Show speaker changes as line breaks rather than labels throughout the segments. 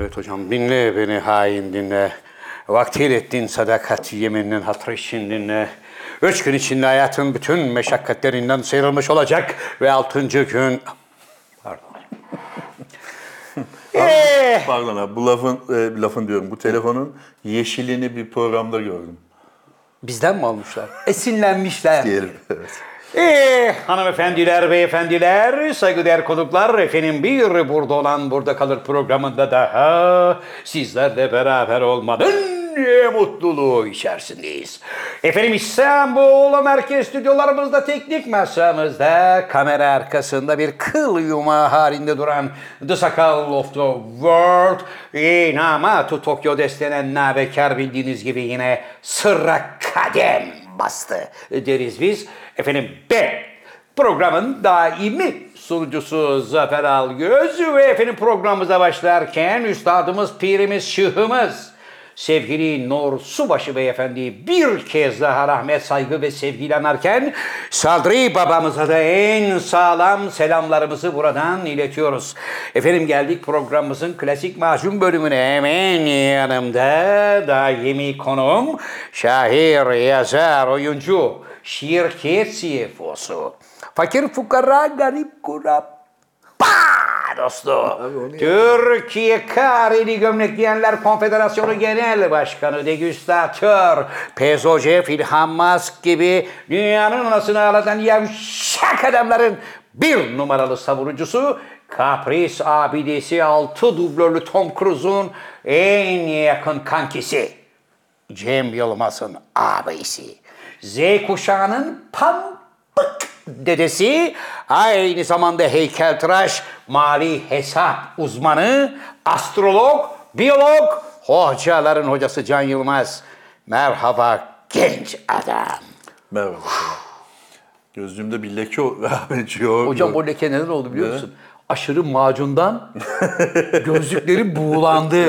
Evet hocam dinle beni hain dinle. Vaktiyle ettiğin sadakat yemininin hatırı için dinle. Üç gün içinde hayatın bütün meşakkatlerinden sıyrılmış olacak ve altıncı gün... Pardon. Ee,
Pardon abi bu lafın, e, lafın diyorum bu telefonun yeşilini bir programda gördüm
bizden mi almışlar? Esinlenmişler.
diyelim. Evet.
Ee, hanımefendiler, beyefendiler, saygıdeğer konuklar, efendim bir burada olan burada kalır programında daha sizlerle beraber olmanın mutluluğu içerisindeyiz. Efendim İstanbul Merkez Stüdyolarımızda, teknik masamızda, kamera arkasında bir kıl yumağı halinde duran The Sakal of the World, Inamatu Tokyo destenen nabekar bildiğiniz gibi yine sırra kadem bastı deriz biz. Efendim B. Programın daimi sunucusu Zafer Algöz ve efendim programımıza başlarken üstadımız, pirimiz, şıhımız sevgili Nur Subaşı Beyefendi'yi bir kez daha rahmet, saygı ve sevgiyle anarken Sadri babamıza da en sağlam selamlarımızı buradan iletiyoruz. Efendim geldik programımızın klasik macun bölümüne hemen yanımda daimi konuğum şair, yazar, oyuncu, şirket CFO'su. Fakir fukara garip kurap Ba dostu. Türkiye Kareli Gömlek Giyenler Konfederasyonu Genel Başkanı, degüstatör, PSOC, Filhammas gibi dünyanın anasını ağlatan yavşak adamların bir numaralı savunucusu, kapris abidesi altı dublörlü Tom Cruise'un en yakın kankisi. Cem Yılmaz'ın abisi. Z kuşağının pambık dedesi, aynı zamanda heykeltıraş, mali hesap uzmanı, astrolog, biyolog, hocaların hocası Can Yılmaz. Merhaba genç adam.
Merhaba. hocam. Gözlüğümde bir leke o- açıyor.
Hocam o leke neden oldu biliyor
Ne?
musun? Aşırı macundan gözlükleri buğulandı.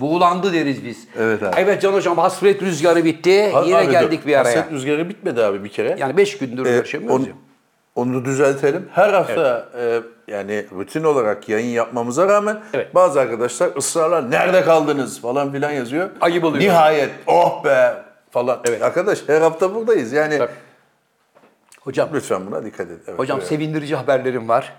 Buğulandı deriz biz.
Evet abi.
Evet Can Hocam hasret rüzgarı bitti.
Ha-
Yine
abi dur.
geldik bir araya.
Hasret rüzgarı bitmedi abi bir kere.
Yani beş gündür
Ee,
görüşemiyoruz
onu-
ya.
Onu düzeltelim. Her hafta e, yani rutin olarak yayın yapmamıza rağmen
Evet.
bazı arkadaşlar ısrarla nerede kaldınız falan filan yazıyor.
Ayıp oluyor.
Nihayet oh be falan. Arkadaş her hafta buradayız yani.
Tabii. Hocam,
Lütfen buna dikkat edin. Evet,
hocam
evet.
sevindirici haberlerim var.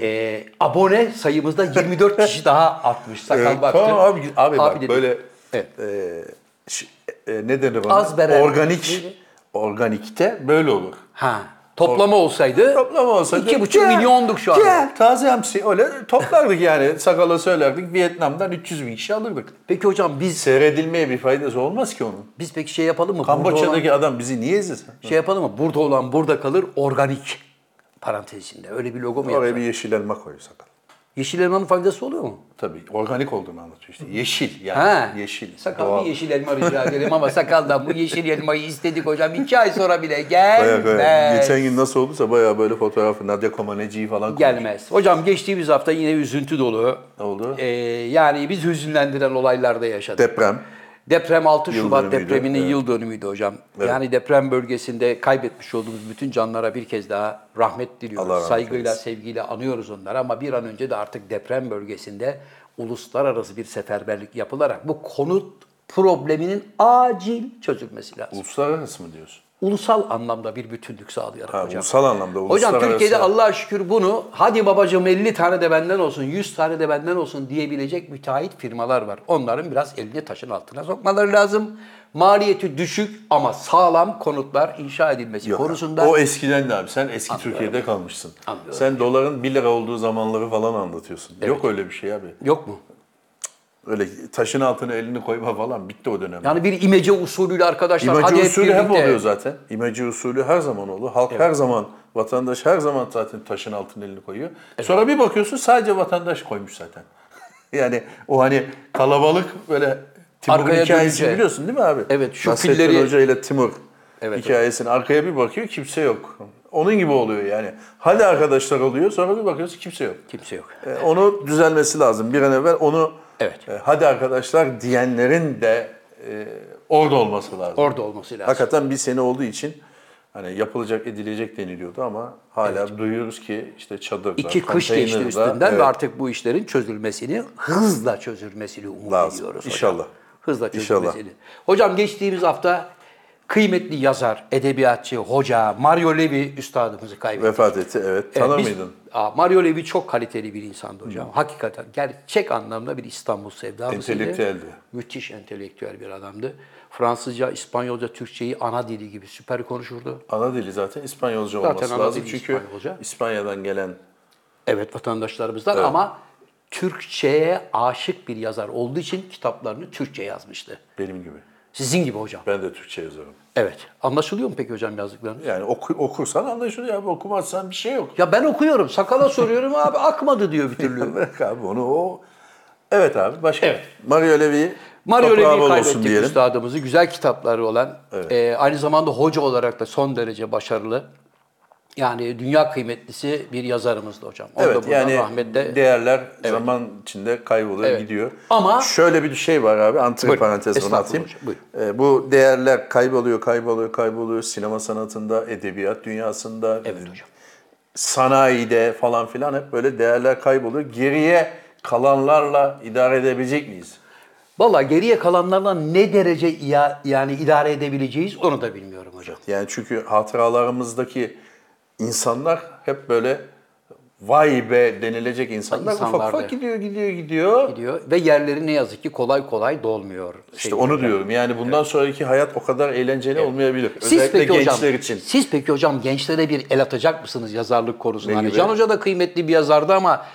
Ee, abone sayımızda 24 kişi daha artmış. Sakal
Evet,
baktı.
Tamam abi, abi, bak
dedi.
böyle
Evet.
e, ş- e, ne denir ona?
Az beren.
Organik. Organikte böyle olur.
Ha, toplama olsaydı
Toplama olsa...
iki buçuk
Gel,
milyonduk şu an.
Gel taze hamsi öyle toplardık yani sakala söylerdik Vietnam'dan 300 bin kişi alırdık.
Peki hocam biz
Seyredilmeye bir faydası olmaz ki onun.
biz peki şey yapalım mı? Burada olan-
Kamboçya'daki adam bizi niye izlesin?
şey yapalım mı? Burada olan burada kalır organik parantezinde. Öyle bir logo mu yapsak?
Oraya bir yeşil elma koy sakal.
Yeşil elmanın faydası oluyor mu?
Tabii organik olduğunu anlatıyor işte. Yeşil yani.
Ha.
Yeşil.
Sakal
doğal.
bir yeşil elma rica edelim ama sakaldan bu yeşil elmayı istedik hocam. iki ay sonra bile
Bayağı
gelmez.
böyle, Geçen gün nasıl olduysa bayağı böyle fotoğrafı Nadia Comaneci'yi falan koymuş.
Gelmez. Hocam geçtiğimiz hafta yine üzüntü dolu.
Ne oldu?
Ee, yani biz hüzünlendiren olaylarda yaşadık.
Deprem.
Deprem 6
Yıl
Şubat
dönümüydü,
depreminin
evet.
yıl dönümüydü hocam.
Evet.
Yani deprem bölgesinde kaybetmiş olduğumuz bütün canlara bir kez daha rahmet diliyoruz.
Allah rahmet
Saygıyla,
eylesin.
sevgiyle anıyoruz onları ama bir an önce de artık deprem bölgesinde uluslararası bir seferberlik yapılarak bu konut probleminin acil çözülmesi lazım.
Uluslararası mı diyorsun?
Ulusal anlamda bir bütünlük sağlayarak
Ha,
hocam.
Ulusal anlamda
Hocam
uluslararası.
Türkiye'de Allah'a şükür bunu hadi babacığım 50 tane de benden olsun, 100 tane de benden olsun diyebilecek müteahhit firmalar var. Onların biraz elini taşın altına sokmaları lazım. Maliyeti düşük ama sağlam konutlar inşa edilmesi
Yok.
konusunda
O eskiden de abi. Sen eski Türkiye'de kalmışsın.
Anlıyorum.
Sen doların 1 lira olduğu zamanları falan anlatıyorsun. Yok öyle bir şey abi.
yok mu?
Öyle taşın altına elini koyma falan bitti o dönem.
Yani bir imece usulüyle arkadaşlar
İmece
hadi
usulü
hep
hep,
birlikte.
oluyor zaten. İmece usulü her zaman olur. Halk her zaman, vatandaş her zaman zaten taşın altına elini koyuyor. Sonra bir bakıyorsun sadece vatandaş koymuş zaten. yani o hani kalabalık böyle Timur'un
Arkaya
hikayesini
dönünce.
biliyorsun değil mi abi?
Evet, şu
Nasrettin
filleri-
Hoca ile Timur
Evet,
hikayesini. Arkaya bir bakıyor kimse yok. Onun gibi oluyor yani. Hadi arkadaşlar oluyor sonra bir bakıyorsun kimse yok.
Kimse yok.
Ee, Onu düzelmesi lazım. Bir an evvel onu
Evet.
e, hadi arkadaşlar diyenlerin de e, orada olması lazım.
Orada olması lazım.
Hakikaten bir sene olduğu için Hani yapılacak edilecek deniliyordu ama hala duyuyoruz ki işte çadırda,
İki kış geçti
konteynerda,
üstünden
evet,
ve artık bu işlerin çözülmesini, hızla çözülmesini umut
Lazım.
ediyoruz hocam.
İnşallah.
Hızla
İnşallah.
çözülmesini. Hocam geçtiğimiz hafta kıymetli yazar, edebiyatçı, hoca Mario Levi üstadımızı kaybettik.
vefat etti. Evet. Tanır
biz-
mıydın?
Aa, Mario Levi çok kaliteli bir insandı hocam. Hakikaten gerçek anlamda bir İstanbul sevdalısıydı.
Entelektüeldi.
Müthiş entelektüel bir adamdı. Fransızca, İspanyolca, Türkçeyi ana dili gibi süper konuşurdu.
Ana dili zaten İspanyolca
Zaten
olması
ana
lazım.
dili
Çünkü
İspanyolca.
İspanya'dan gelen
Evet vatandaşlarımızdan ama Türkçe'ye aşık bir yazar olduğu için kitaplarını Türkçe yazmıştı.
benim gibi.
Sizin gibi hocam.
Ben de Türkçe yazarım.
Evet. Anlaşılıyor mu peki hocam yazdıklarınız?
Yani oku, okursan anlaşılıyor abi. Okumazsan bir şey yok.
Ya ben okuyorum. Sakala soruyorum abi akmadı diyor bir türlü.
Bırak abi onu o. Evet abi başka.
Evet.
Mario Levy'yi
Mario
toprağı
Levy'yi
bol olsun
kaybettik
diyelim.
üstadımızı. Güzel kitapları olan, e, aynı zamanda hoca olarak da son derece başarılı. Yani dünya kıymetlisi bir yazarımızdı hocam. Onu da
Evet
buradan
yani
rahmetle
değerler zaman içinde kayboluyor
Evet.
gidiyor.
Ama-
şöyle bir şey var abi antre
Buyurun.
parantez bunu
Estağfurullah
atayım.
hocam, buyurun.
Ee, bu değerler kayboluyor kayboluyor kayboluyor sinema sanatında, edebiyat dünyasında,
Evet hocam.
sanayide falan filan hep böyle değerler kayboluyor. Geriye kalanlarla idare edebilecek miyiz?
Valla geriye kalanlarla ne derece iya- yani idare edebileceğiz onu da bilmiyorum hocam.
Yani çünkü hatıralarımızdaki insanlar hep böyle vay be denilecek insanlar ufak
İnsanlardı.
ufak gidiyor gidiyor gidiyor.
Diyor. Ve yerleri ne yazık ki kolay kolay dolmuyor. Şey,
İşte onu diyorum. Yani bundan sonraki hayat o kadar eğlenceli olmayabilir.
Siz
Özellikle
peki
gençler
hocam,
için.
Siz peki hocam gençlere bir el atacak mısınız yazarlık konusunda?
Ne
Hani
gibi?
Can Hoca da kıymetli bir yazardı ama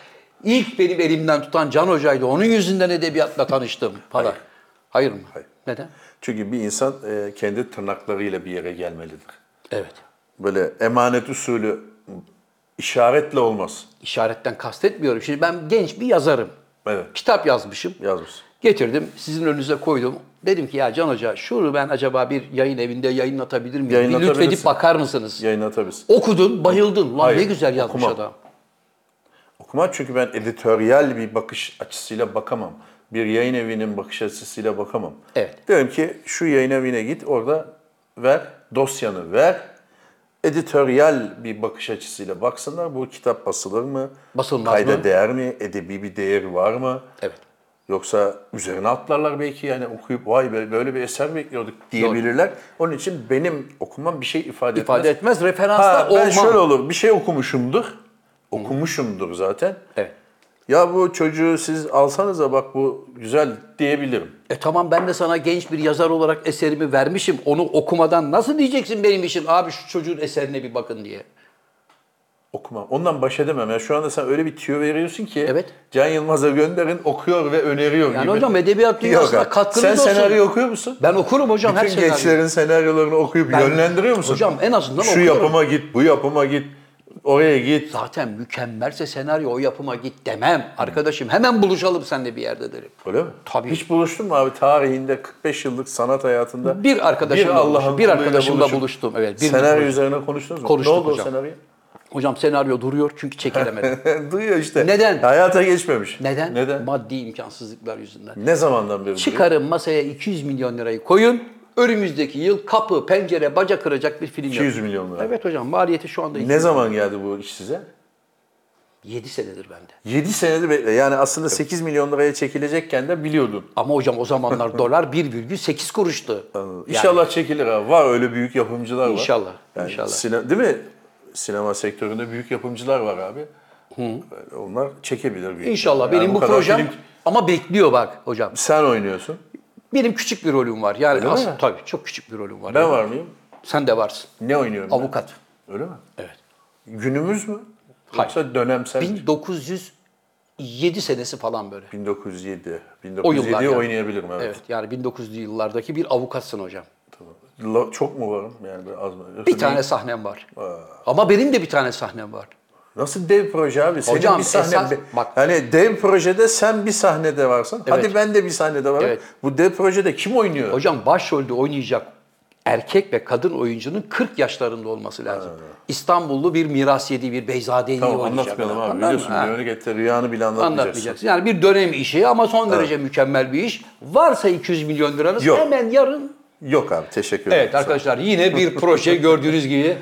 ilk benim elimden tutan Can Hoca'ydı. Onun yüzünden edebiyatla tanıştım falan. Hayır, mı?
Hayır.
Neden?
Çünkü bir insan e, kendi tırnaklarıyla bir yere gelmelidir.
Evet.
Böyle emanet usulü işaretle olmaz.
İşaretten kastetmiyorum. Şimdi ben genç bir yazarım.
Evet.
Kitap yazmışım.
Yazmış.
Getirdim, sizin önünüze koydum. Dedim ki ya Can Hoca şunu ben acaba bir yayın evinde yayınlatabilir miyim? Bir
Yayınlatabilirsin.
lütfedip bakar mısınız?
Yayınlatabiliriz.
Okudun, bayıldın. Lan ne
Hayır,
güzel yazmış
okumam.
adam.
Okuma çünkü ben editoryal bir bakış açısıyla bakamam. Bir yayın evinin bakış açısıyla bakamam.
Evet.
Diyorum ki şu yayın evine git orada ver, dosyanı ver. Editoryal bir bakış açısıyla baksınlar. Bu kitap basılır mı?
Basılmaz
Kayda
mı?
değer mi? Edebi bir değeri var mı?
Evet.
Yoksa üzerine atlarlar belki yani okuyup vay be böyle bir eser bekliyorduk diyebilirler. Onun için benim okumam bir şey ifade etmez.
İfade etmez, referansta
Ha, ben
olmam.
şöyle olur, bir şey okumuşumdur. Okumuşumdur zaten.
Evet.
Ya bu çocuğu siz alsanıza bak bu güzel diyebilirim.
E tamam ben de sana genç bir yazar olarak eserimi vermişim. Onu okumadan nasıl diyeceksin benim için abi şu çocuğun eserine bir bakın diye.
Okumam. Ondan baş edemem. Ya şu anda sen öyle bir tüyo veriyorsun ki
Evet.
Can Yılmaz'a gönderin okuyor ve öneriyor
Yani
gibi.
hocam edebiyat
Yok
dünyasına
abi.
katkınız
Sen
olsun.
senaryo okuyor musun?
Ben okurum hocam her
Bütün
senaryo.
gençlerin senaryolarını okuyup
Ben-
yönlendiriyor musun?
Hocam en azından
Şu
okuyorum.
yapıma git, bu yapıma git, oraya git.
Zaten mükemmelse senaryo o yapıma git demem. Arkadaşım hemen buluşalım seninle bir yerde derim.
Öyle mi?
Tabii.
Hiç buluştun mu abi tarihinde 45 yıllık sanat hayatında?
Bir arkadaşımla
Allah'ın
buluştum. Bir
kuluyla
arkadaşımla
buluşup
buluştum, evet. Bir-
senaryo üzerine konuştunuz mu?
Konuştuk
ne oldu
hocam.
o senaryo?
Hocam senaryo duruyor çünkü çekilemedim.
Duyuyor işte.
Neden?
Hayata geçmemiş.
Neden?
Neden?
Maddi imkansızlıklar yüzünden.
Ne zamandan beri? duruyor?
Çıkarın masaya 200 milyon lirayı koyun. Önümüzdeki yıl kapı, pencere, baca kıracak bir film
200
yapın.
milyon lira.
Evet hocam maliyeti şu anda
Ne zaman geldi bu iş size?
7 senedir bende.
7 senedir bekle. Yani aslında 8 milyon liraya çekilecekken de biliyordun.
Ama hocam o zamanlar dolar 1,8 kuruştu.
Ee, İnşallah çekilir abi. Var öyle büyük yapımcılar var.
İnşallah,
Yani
inşallah.
sine- değil mi? Sinema sektöründe büyük yapımcılar var abi. Onlar çekebilir. Büyük
İnşallah
Yani
benim bu
kadar
projem
film-
ama bekliyor bak hocam.
Sen oynuyorsun.
Benim küçük bir rolüm var. Yani
Öyle
as-
mi?
tabii çok küçük bir rolüm var.
Ben var mıyım?
Sen de varsın.
Ne oynuyorum? ben?
Avukat.
Öyle mi?
Evet.
Günümüz mü?
Hayır.
Yoksa dönemsel mi?
1907 senesi falan böyle.
1907.
O yıllar
1907'yi
yani.
oynayabilirim evet.
Evet. Yani 1900'lü yıllardaki bir avukatsın hocam.
La- Çok mu varım? Yani böyle az mı? Yoksa
Bir
ne-
tane sahnem var.
Ee.
Ama benim de bir tane sahnem var.
Nasıl dev proje abi? Senin
Hocam,
bir sahne.
esas-
be-
bak-
Hani dev projede sen bir sahnede varsın. Hadi ben de bir sahnede varım.
Evet.
Bu dev projede kim oynuyor?
Hocam başrolde oynayacak erkek ve kadın oyuncunun 40 yaşlarında olması lazım. İstanbullu bir mirasiyedi, bir beyzadeyi
tamam
oynayacak.
anlatmayalım abi.
Anladın mı?
Biliyorsun
Ha.
bir örnek etti. Rüyanı bile anlatmayacaksın.
Anlatmayacaksın. Yani bir dönem işi ama son derece mükemmel bir iş. Varsa 200 milyon liranız
Yok.
hemen yarın
Yok abi teşekkür ederim.
Evet arkadaşlar yine bir proje gördüğünüz gibi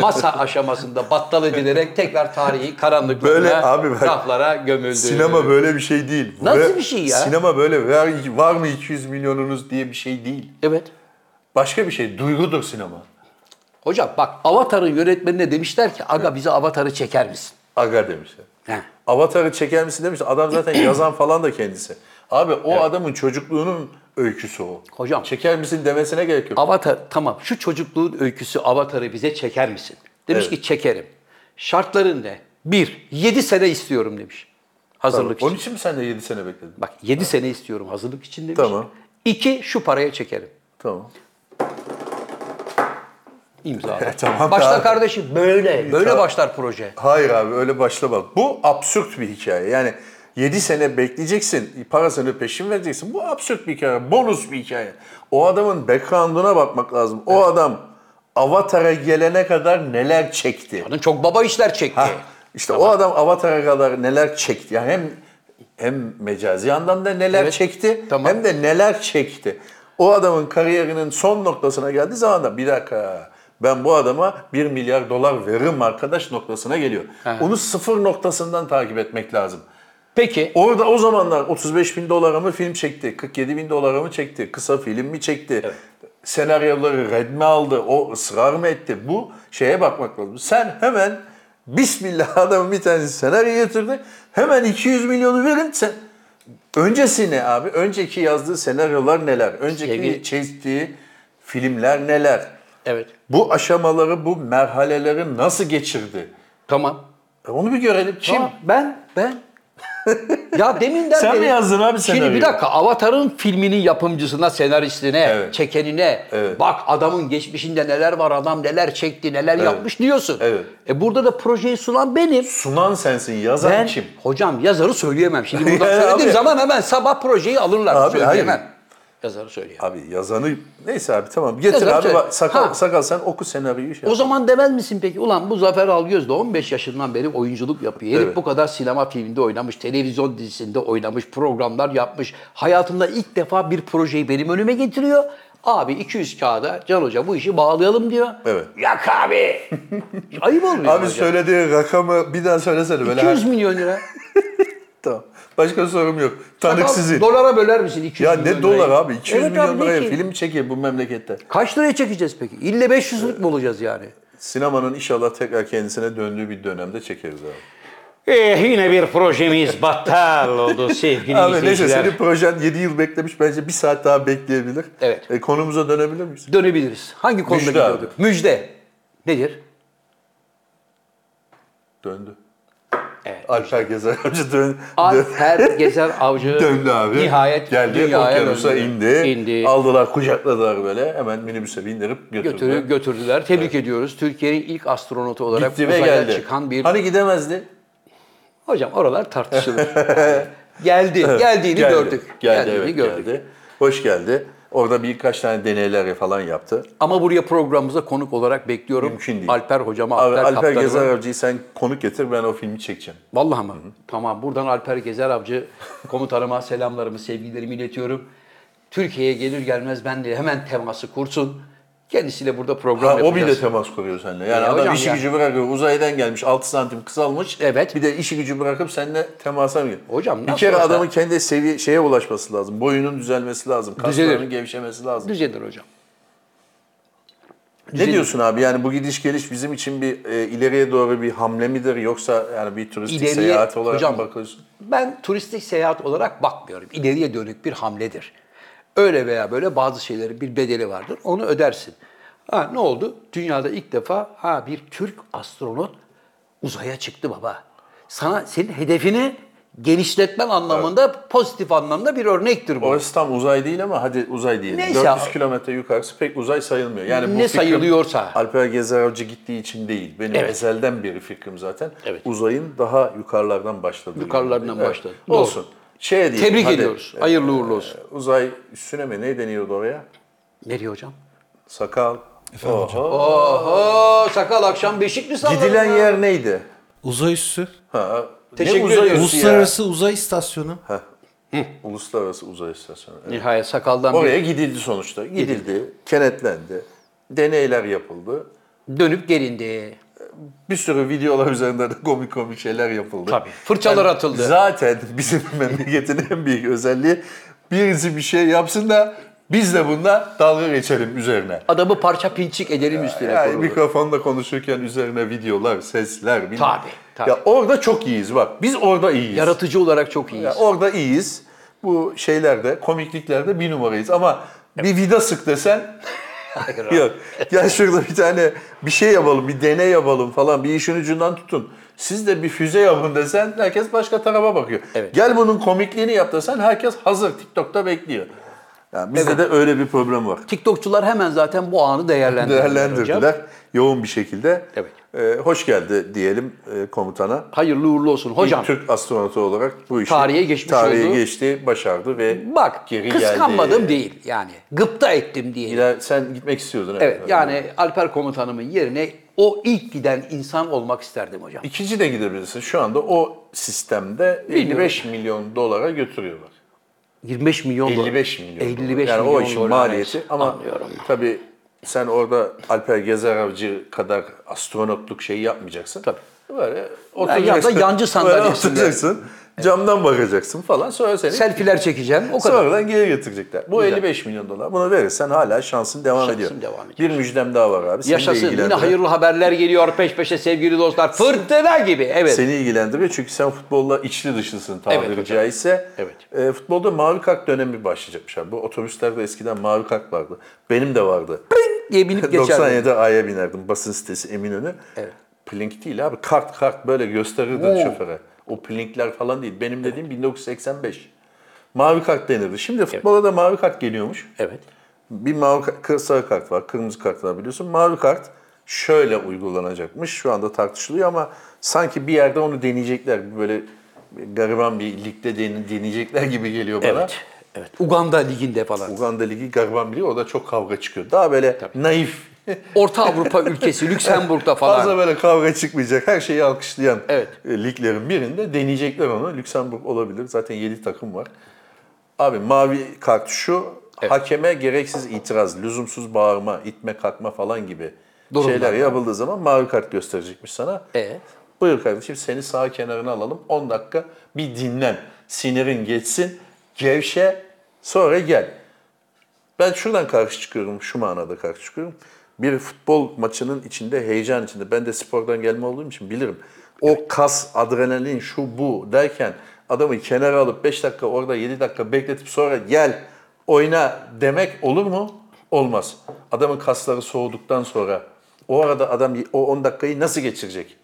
masa aşamasında battal edilerek tekrar tarihi karanlıklarına,
Böyle abi bak,
raflara gömüldü.
Sinema böyle bir şey değil.
Nasıl
Böyle-
bir şey ya?
Sinema böyle var, var mı 200 milyonunuz diye bir şey değil.
Evet.
Başka bir şey. Duygudur sinema.
Hocam bak Avatar'ın yönetmenine demişler ki aga bize Avatar'ı çeker misin?
Aga demişler.
He.
Avatar'ı çeker misin demiş. Adam zaten yazan falan da kendisi. Abi o adamın çocukluğunun öyküsü o.
Hocam.
Çeker misin demesine gerek yok.
Avatar tamam şu çocukluğun öyküsü Avatar'ı bize çeker misin? Demiş
Evet.
ki çekerim. Şartların ne? Bir, 7 sene istiyorum demiş. Hazırlık
Onun
için.
için mi sen de 7 sene bekledin?
Bak 7 sene istiyorum hazırlık için demiş.
Tamam.
İki, şu paraya çekerim.
Tamam.
İmza.
Tamam
Başla
abi.
kardeşim böyle. Böyle
Tamam.
başlar proje.
Hayır abi öyle başlama. Bu absürt bir hikaye. Yani 7 sene bekleyeceksin, parasını peşin vereceksin. Bu absürt bir hikaye, bonus bir hikaye. O adamın background'una bakmak lazım. O adam Avatar'a gelene kadar neler çekti.
Kadın çok baba işler çekti.
Ha, işte o adam Avatar'a kadar neler çekti. Yani hem hem mecazi yandan da neler
Evet,
çekti
tamam.
hem de neler çekti. O adamın kariyerinin son noktasına geldiği zaman da bir dakika ben bu adama 1 milyar dolar veririm arkadaş noktasına geliyor. Onu sıfır noktasından takip etmek lazım.
Peki
Orada o zamanlar 35 bin dolara mı film çekti, 47 bin dolara mı çekti, kısa film mi çekti, senaryoları red mi aldı, o ısrar mı etti? Bu şeye bakmak lazım. Sen hemen Bismillah adamın bir tanesi senaryo getirdi. Hemen 200 milyonu verin sen. Öncesi ne abi? Önceki yazdığı senaryolar neler? Önceki
Sevgili-
çektiği filmler neler?
evet
Bu aşamaları, bu merhaleleri nasıl geçirdi?
tamam.
E Onu bir görelim. Kim?
Tamam, ben ben. ya deminden
Sen
beri-
mi yazdın abi
Şimdi
senaryoyu?
bir dakika Avatar'ın filminin yapımcısına, senaristine,
Evet.
çekenine
Evet.
bak adamın geçmişinde neler var, adam neler çekti, neler yapmış diyorsun.
Evet.
E burada da projeyi sunan benim.
Sunan sensin, yazan
Ben
kim?
hocam yazarı söyleyemem. Şimdi burada
Yani
söylediğim
abi-
zaman hemen sabah projeyi alırlar.
Abi,
söyleyemem.
hayır.
Yazarı söyleyemem.
Abi yazanı neyse abi tamam getir
Yazar
abi
söyle.
bak, sakal
şey. Ha.
sakal sen oku senaryoyu şey.
O
yap.
zaman demez misin peki? Ulan bu Zafer Algöz de 15 yaşından beri oyunculuk yapıyor. Herif
Evet.
bu kadar sinema filminde oynamış, televizyon dizisinde oynamış, programlar yapmış. Hayatımda ilk defa bir projeyi benim önüme getiriyor. Abi 200 kağıda Can Hoca bu işi bağlayalım diyor.
Evet.
Yak abi. Ayıp olmuyor
Abi
hocam.
söylediği rakamı bir daha söylesene böyle.
200 milyon lira.
Tamam. Başka sorum yok. Tanık sizin.
Dolara böler misin 200
Ya
milyon
ne dolar
lirayı?
abi 200
Evet abi,
milyon
ne
liraya
ki?
film çekiyor bu memlekette.
Kaç liraya çekeceğiz peki? İlle 500'lük mü olacağız yani?
Sinemanın inşallah tekrar kendisine döndüğü bir dönemde çekeriz abi.
Eh, yine bir projemiz battal oldu sevgili
Abi neyse
izleyiciler.
senin projen 7 yıl beklemiş bence bir saat daha bekleyebilir.
Evet.
E, konumuza dönebilir miyiz?
Dönebiliriz. Hangi konuda
Müjde
gidiyorduk? Müjde. Nedir?
Döndü.
Evet.
Alper Gezer amca döndü.
Alper Gezer Avcı
Döndü abi.
nihayet
Geldi
dünyaya
okyanusa
döndü.
indi.
İndi.
Aldılar kucakladılar böyle. Hemen minibüse bindirip götürdüler.
Götürü, götürdüler. Tebrik ediyoruz. Türkiye'nin ilk astronotu olarak
Gitti ve
uzaya
geldi.
çıkan bir...
Hani gidemezdi.
Hocam oralar tartışılır. geldi. Geldiğini
Geldi.
gördük.
Geldi
geldiğini
evet
gördük.
geldi. Hoş geldi. Orada birkaç tane deneyler falan yaptı.
Ama buraya programımıza konuk olarak bekliyorum.
Mümkün değil.
Alper hocama,
Abi,
Alper,
Alper
kaptanıma.
Gezer Avcı'yı sen konuk getir ben o filmi çekeceğim.
Vallahi mı? Tamam. Buradan Alper Gezer Avcı komutanıma selamlarımı, sevgilerimi iletiyorum. Türkiye'ye gelir gelmez benle hemen teması kursun. Kendisiyle burada program
Ha, o
yapacağız.
bile temas kuruyor seninle. Yani
E,
adam
hocam
işi
yani.
gücü bırakıyor. Uzaydan gelmiş 6 santim kısalmış.
Evet.
Bir de işi gücü bırakıp seninle temasa mı giriyor?
Hocam
Bir
nasıl
kere
olsa-
adamın kendi seviye şeye ulaşması lazım. Boyunun düzelmesi lazım.
Düzelir.
Kaslarının gevşemesi lazım.
Düzelir hocam.
Ne diyorsun abi? Yani bu gidiş geliş bizim için bir e, ileriye doğru bir hamle midir yoksa yani bir turistik
İleriye-
seyahat olarak
Hocam-
mı bakıyorsun?
Ben turistik seyahat olarak bakmıyorum. İleriye dönük bir hamledir. Öyle veya böyle bazı şeylerin bir bedeli vardır. Onu ödersin. Ha ne oldu? Dünyada ilk defa ha bir Türk astronot uzaya çıktı baba. Sana senin hedefini genişletmen anlamında pozitif anlamda bir örnektir bu.
Orası tam uzay değil ama hadi uzay diyelim.
Neyse.
400 kilometre yukarısı pek uzay sayılmıyor. Yani bu
Ne
fikrim
sayılıyorsa.
Alper Gezer Avcı gittiği için değil. Benim
Evet.
ezelden beri fikrim zaten.
Evet.
Uzayın daha yukarılardan başladığı.
Yukarılardan
yönündeydi.
başladı. Doğru.
Olsun. Şeye diyelim,
Tebrik
hadi.
ediyoruz.
E,
Hayırlı uğurlu olsun.
Uzay üstüne mi ne deniyordu oraya?
Nereye hocam?
Sakal. Oho.
Oho sakal akşam Beşikli sallanıyor.
Gidilen yer neydi?
Uzay üssü.
Ha,
Teşekkür
ne uzay
ediyoruz.
üssü ya?
Uluslararası Uzay İstasyonu.
Uluslararası Uzay İstasyonu. Evet.
Nihayet sakaldan
Oraya gidildi sonuçta. Gidildi, kenetlendi. Deneyler yapıldı.
bir dönüp gelindi.
Bir sürü videolar üzerinden de komik komik şeyler yapıldı.
Tabii. Fırçalar atıldı.
Zaten bizim memleketin en büyük özelliği birisi bir şey yapsın da biz de bunda dalga geçelim üzerine.
Adamı parça pinçik edelim üstüne
Yani
korulur.
mikrofonla konuşurken üzerine videolar, sesler. bilmem-
Tabii, tabii.
Ya orada çok iyiyiz bak. Biz orada iyiyiz.
Yaratıcı olarak çok iyiyiz.
Ya orada iyiyiz. Bu şeylerde, komikliklerde bir numarayız ama bir vida sık desen yok. Gel şurada bir tane bir şey yapalım, bir deney yapalım falan, bir işin ucundan tutun. Siz de bir füze yapın desen herkes başka tarafa bakıyor.
Evet.
Gel bunun komikliğini yap desen herkes hazır TikTok'ta bekliyor. Yani bizde de öyle bir problem var.
TikTokçular hemen zaten bu anı değerlendirdiler. hocam.
Değerlendirdiler yoğun bir şekilde.
Evet.
Ee, hoş geldi diyelim e, komutana.
Hayırlı uğurlu olsun hocam.
İlk Türk astronotu olarak bu işi
Tarihe geçmiş
tarihe
oldu.
geçti, başardı ve
Bak
geri
kıskanmadım
geldi.
değil yani. Gıpta ettim diye.
İler- sen gitmek istiyordun.
Evet yani Alper komutanımın yerine o ilk giden insan olmak isterdim hocam.
İkinci de gidebilirsin. Şu anda o sistemde 55 milyon dolara götürüyorlar.
25 milyon dolar.
55 milyon.
55
dolar. yani
milyon
o işin
dolar.
maliyeti ama
Anlıyorum.
tabii sen orada Alper Gezer Avcı kadar astronotluk şeyi yapmayacaksın. Tabii. Böyle oturacaksın.
ya da yancı
Böyle
sandalyesinde.
oturacaksın. Camdan bakacaksın falan. Sonra seni
Selfiler çekeceğim o kadar.
Sonradan geri getirecekler. Bu 55 milyon dolar. Bunu verirsen hala şansın devam
Şansın
ediyor.
devam ediyor.
Bir müjdem daha var abi. Seni de
Yaşasın yine
ilgilendiren.
hayırlı haberler geliyor peş peşe sevgili dostlar. Fırtına gibi evet.
Seni ilgilendiriyor çünkü sen futbolla içli dışlısın tabiri
Evet hocam.
caizse.
Evet.
E, futbolda mavi kart dönemi başlayacakmış abi. Bu otobüslerde eskiden mavi kart vardı. Benim de vardı.
diye binip geçer.
97 A'ya binerdim basın sitesi Eminönü. Evet. Plink değil abi kart kart böyle gösterirdin
Oo.
şoföre. O plinkler falan değil. Benim dediğim 1985. Mavi kart denirdi. Şimdi futbola da mavi kart geliyormuş.
Evet.
Bir mavi ka- kır- sarı kart var, kırmızı kart var biliyorsun. Mavi kart şöyle uygulanacakmış. Şu anda tartışılıyor ama sanki bir yerde onu deneyecekler. Böyle gariban bir ligde dene- deneyecekler gibi geliyor bana.
Evet. Evet. Uganda liginde falan.
Uganda Ligi gariban biliyor. O da çok kavga çıkıyor. Daha böyle naif.
Orta Avrupa ülkesi Lüksemburg'da
Fazla
falan.
böyle kavga çıkmayacak. Her şeyi alkışlayan
Evet.
e, liglerin birinde deneyecekler onu. Lüksemburg olabilir. Zaten 7 takım var. Abi mavi kart şu. Hakeme gereksiz itiraz, lüzumsuz bağırma, itme kalkma falan gibi
Durumlar
şeyler
var.
yapıldığı zaman mavi kart gösterecekmiş sana.
E?
Buyur kardeşim seni sağ kenarına alalım. 10 dakika bir dinlen. Sinirin geçsin. Gevşe. Sonra gel. Ben şuradan karşı çıkıyorum, şu manada karşı çıkıyorum. Bir futbol maçının içinde, heyecan içinde. Ben de spordan gelme olduğum için bilirim. O kas, adrenalin, şu bu derken adamı kenara alıp 5 dakika orada 7 dakika bekletip sonra gel oyna demek olur mu? Olmaz. Adamın kasları soğuduktan sonra o arada adam o 10 dakikayı nasıl geçirecek?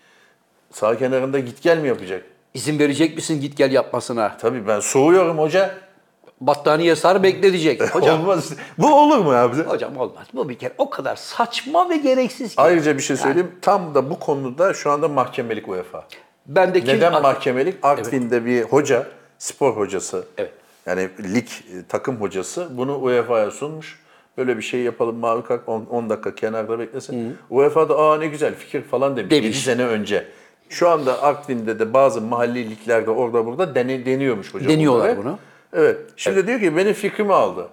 Sağ kenarında git gel mi yapacak?
İzin verecek misin git gel yapmasına?
Tabii ben soğuyorum hoca.
Battaniye sar bekletecek. Hocam,
Olmaz. Bu olur mu abi?
hocam olmaz. Bu bir kere o kadar saçma ve gereksiz ki.
Ayrıca bir şey söyleyeyim. Tam da bu konuda şu anda mahkemelik UEFA.
Bendeki
Neden mahkemelik? Artvin'de bir hoca, spor hocası.
Evet.
Yani lig e, takım hocası bunu UEFA'ya sunmuş. Böyle bir şey yapalım mavi kart 10 dakika kenarda beklesin. UEFA da aa ne güzel fikir falan demiş.
Demiş.
7 sene önce. Şu anda Artvin'de de bazı mahalli liglerde orada burada dene- deniyormuş hocam.
Deniyorlar
bunları.
bunu.
Evet. Şimdi diyor ki benim fikrimi aldı.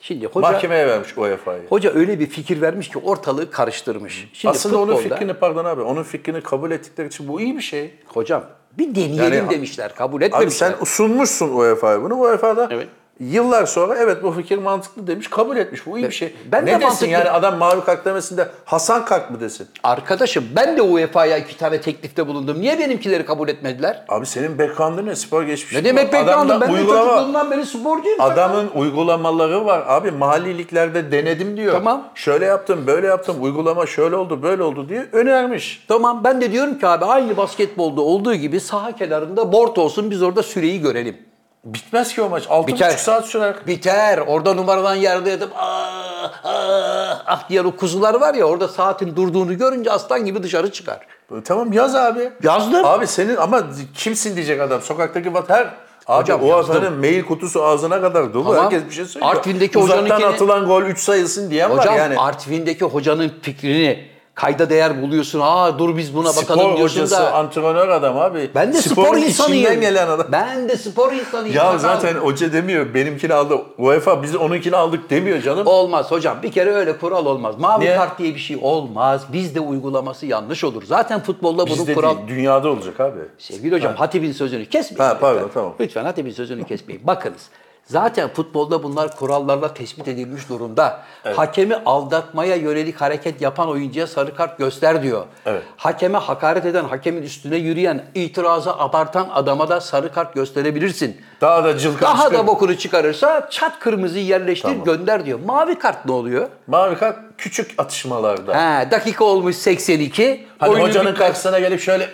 Şimdi hoca
Mahkemeye vermiş E UEFA'yı.
hoca öyle bir fikir vermiş ki ortalığı karıştırmış. Şimdi
Aslında onun
futbolda-
fikrini pardon abi onun fikrini kabul ettikleri için bu iyi bir şey.
hocam bir deneyelim
Yani-
demişler. Kabul
Abi
etmemişler.
sen sunmuşsun UEFA'ya bunu. UEFA da
şey Evet.
yıllar sonra evet bu fikir mantıklı demiş, kabul etmiş. Bu iyi bir şey.
ben de
ne desin
mantıklı-
yani adam mavi kart demesin de Hasan kart mı desin?
Arkadaşım ben de UEFA'ya iki tane teklifte bulundum. Niye benimkileri kabul etmediler?
Abi senin background'ın ne? Spor geçmişi.
Ne demek
var.
beklendim?
Adamda
Ben de
uygulama-
çocukluğumdan beri sporcuyum.
Adamın uygulamaları var. Abi mahalli liglerde denedim diyor.
Tamam.
Şöyle yaptım, böyle yaptım. Uygulama şöyle oldu, böyle oldu diye önermiş.
Tamam ben de diyorum ki abi aynı basketbolda olduğu gibi saha kenarında bort olsun biz orada süreyi görelim.
Bitmez ki o maç. 6,5
Biter.
saat sürer.
Biter. Orada numaradan yerde yatıp aa, aa, ah diyen o kuzular var ya orada saatin durduğunu görünce aslan gibi dışarı çıkar.
E, Tamam yaz abi.
Yazdım.
Abi senin ama kimsin diyecek adam. Sokaktaki vater. Abi
Hocam
o
yazdım.
adamın mail kutusu ağzına kadar dolu.
Tamam.
Herkes bir şey söylüyor.
Artvin'deki
Uzaktan
hocanınkini-
atılan gol 3 sayılsın diyen var
Hocam
yani.
Artvin'deki hocanın fikrini kayda değer buluyorsun. Aa dur biz buna bakalım
Spor
diyorsun
hocası,
da.
antrenör adam abi.
Ben de spor
Sporun
insanıyım.
içinden gelen adam.
Ben de spor insanıyım.
Ya
Sakal.
zaten hoca demiyor benimkini aldı. UEFA biz onunkini aldık demiyor canım.
Olmaz hocam. Bir kere öyle kural olmaz. Mavi
Niye?
kart diye bir şey olmaz. Bizde uygulaması yanlış olur. Zaten futbolda bunun
Bizde
kural... Şey-
değil, dünyada olacak abi.
Sevgili hocam Hatip'in sözünü kesmeyin.
Ha, pardon,
lütfen.
tamam.
Lütfen Hatip'in sözünü kesmeyin. Bakınız. Zaten futbolda bunlar kurallarla tespit edilmiş durumda. Hakemi aldatmaya yönelik hareket yapan oyuncuya sarı kart göster diyor.
Evet.
Hakeme hakaret eden, hakemin üstüne yürüyen, itiraza abartan adama da sarı kart gösterebilirsin.
Daha da cılkın
Daha
çıkıyor.
da bokunu çıkarırsa çat kırmızıyı yerleştir gönder diyor. Mavi kart ne oluyor?
Mavi kart küçük atışmalarda.
Ha, dakika olmuş 82.
Hani
Oyunun
hocanın
bir-
karşısına gelip şöyle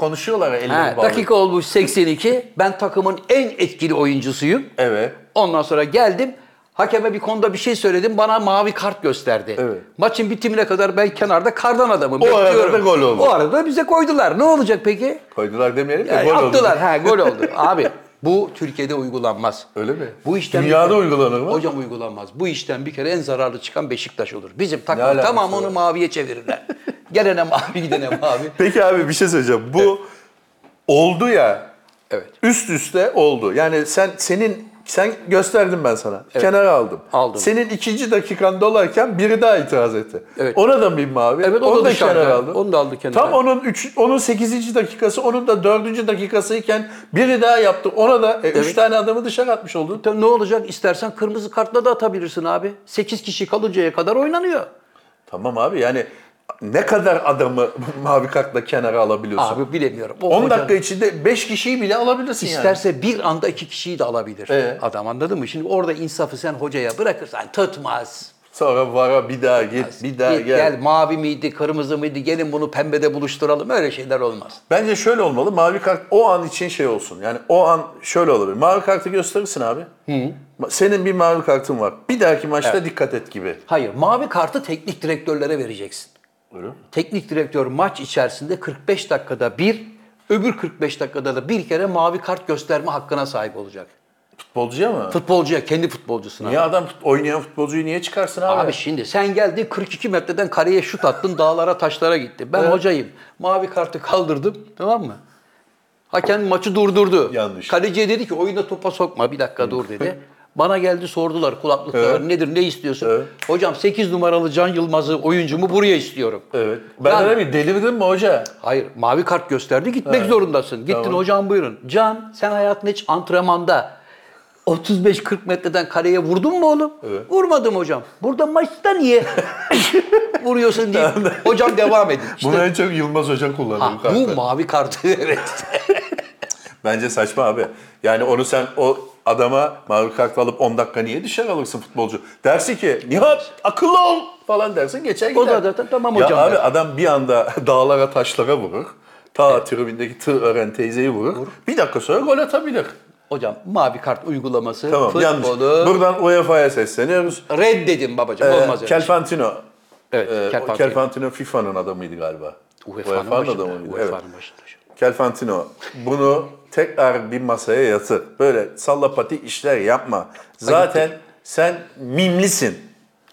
konuşuyorlar ya elini
Ha,
bağlı.
dakika olmuş 82. Ben takımın en etkili oyuncusuyum.
Evet.
Ondan sonra geldim. Hakeme bir konuda bir şey söyledim. Bana mavi kart gösterdi.
Evet.
Maçın bitimine kadar ben kenarda kardan adamım.
O arada da gol oldu.
O arada bize koydular. Ne olacak peki?
Koydular demeyelim de
Yani
E, gol oldu.
attılar. Ha, gol oldu. Abi bu Türkiye'de uygulanmaz.
Öyle mi?
Bu işten
Dünyada
bir kere-
uygulanır mı?
Hocam uygulanmaz. Bu işten bir kere en zararlı çıkan Beşiktaş olur. Bizim takım
alakası
tamamını
var?
maviye çevirirler. Gelene mavi gidene mavi.
Peki abi bir şey söyleyeceğim. Bu oldu ya.
Evet.
Üst üste oldu. Yani sen senin sen gösterdim ben sana. Kenara aldım.
Aldım.
Senin ikinci dakikan dolarken biri daha itiraz etti.
Evet.
Ona da bir mavi.
Evet, o da
onu da
dışarıda.
kenara aldım.
Onu da aldı kenara.
Tam onun üç, onun 8. dakikası, onun da 4. dakikasıyken biri daha yaptı. Ona da 3
Evet.
tane adamı dışarı atmış oldun.
Tabii ne olacak? İstersen kırmızı kartla da atabilirsin abi. 8 kişi kalıncaya kadar oynanıyor.
Tamam abi yani ne kadar adamı mavi kartla kenara alabiliyorsun?
Abi bilemiyorum. O
10
hocanın-
dakika içinde 5 kişiyi bile alabilirsin yani.
İsterse bir anda iki kişiyi de alabilir.
Ee?
Adam anladın mı? Şimdi orada insafı sen hocaya bırakırsan tutmaz.
Sonra vara bir daha git, bir daha
Git,
gel.
Mavi miydi, kırmızı mıydı? Gelin bunu pembede buluşturalım. Öyle şeyler olmaz.
Bence şöyle olmalı. Mavi kart o an için şey olsun. Yani o an şöyle olabilir. Mavi kartı gösterirsin abi. Senin bir mavi kartın var. Bir dahaki maçta dikkat et gibi.
Hayır, mavi kartı teknik direktörlere vereceksin.
Öyle mi?
Teknik direktör maç içerisinde 45 dakikada bir, öbür 45 dakikada da bir kere mavi kart gösterme hakkına sahip olacak.
Futbolcuya mı?
Futbolcuya, kendi futbolcusuna.
niye adam fut- oynayan futbolcuyu niye çıkarsın abi?
Abi şimdi sen geldin 42 metreden kareye şut attın, dağlara taşlara gitti. Ben hocayım. Mavi kartı kaldırdım tamam mı? Hakem maçı durdurdu.
Yanlış.
Kaleciye dedi ki oyuna topa sokma bir dakika dur dedi. Bana geldi sordular kulaklıklar
Evet.
nedir ne istiyorsun?
Evet.
Hocam 8 numaralı Can Yılmaz'ı oyuncumu buraya istiyorum.
Evet. Ben
Yani-
öyle bir delirdim mi hoca?
Hayır, mavi kart gösterdi. Gitmek zorundasın. Gittin
Tamam.
hocam buyurun. Can, sen hayatın hiç antrenmanda 35-40 metreden kareye vurdun mu oğlum?
Evet.
Vurmadım hocam. Burada maçta niye vuruyorsun diye. hocam devam edin. İşte,
Bunu en çok Yılmaz Hoca kullanıyor
ha,
bu
bu
kartı.
mavi kartı evet.
Bence saçma abi. Yani onu sen o adama mavi kart alıp 10 dakika niye dışarı alırsın futbolcu? Dersin ki Nihat akıllı ol falan dersin geçer gider.
O da zaten tamam hocam
Ya abi
der.
adam bir anda dağlara taşlara vurur. Ta tribündeki tığ öğren teyzeyi vurur. Bir dakika sonra gol atabilir.
hocam mavi kart uygulaması
Tamam yanlış.
futbolu
Buradan UEFA'ya sesleniyoruz.
reddedin babacığım.
Ee,
Olmaz öyle. şey.
Kelfantino.
Evet,
Ee,
Kelfantino.
o Kelfantino FIFA'nın adamıydı galiba. E
UEFA'nın E başında. UEFA'nın başında.
Kelfantino bunu tekrar bir masaya yatır. Böyle salla pati işler yapma. Zaten sen mimlisin.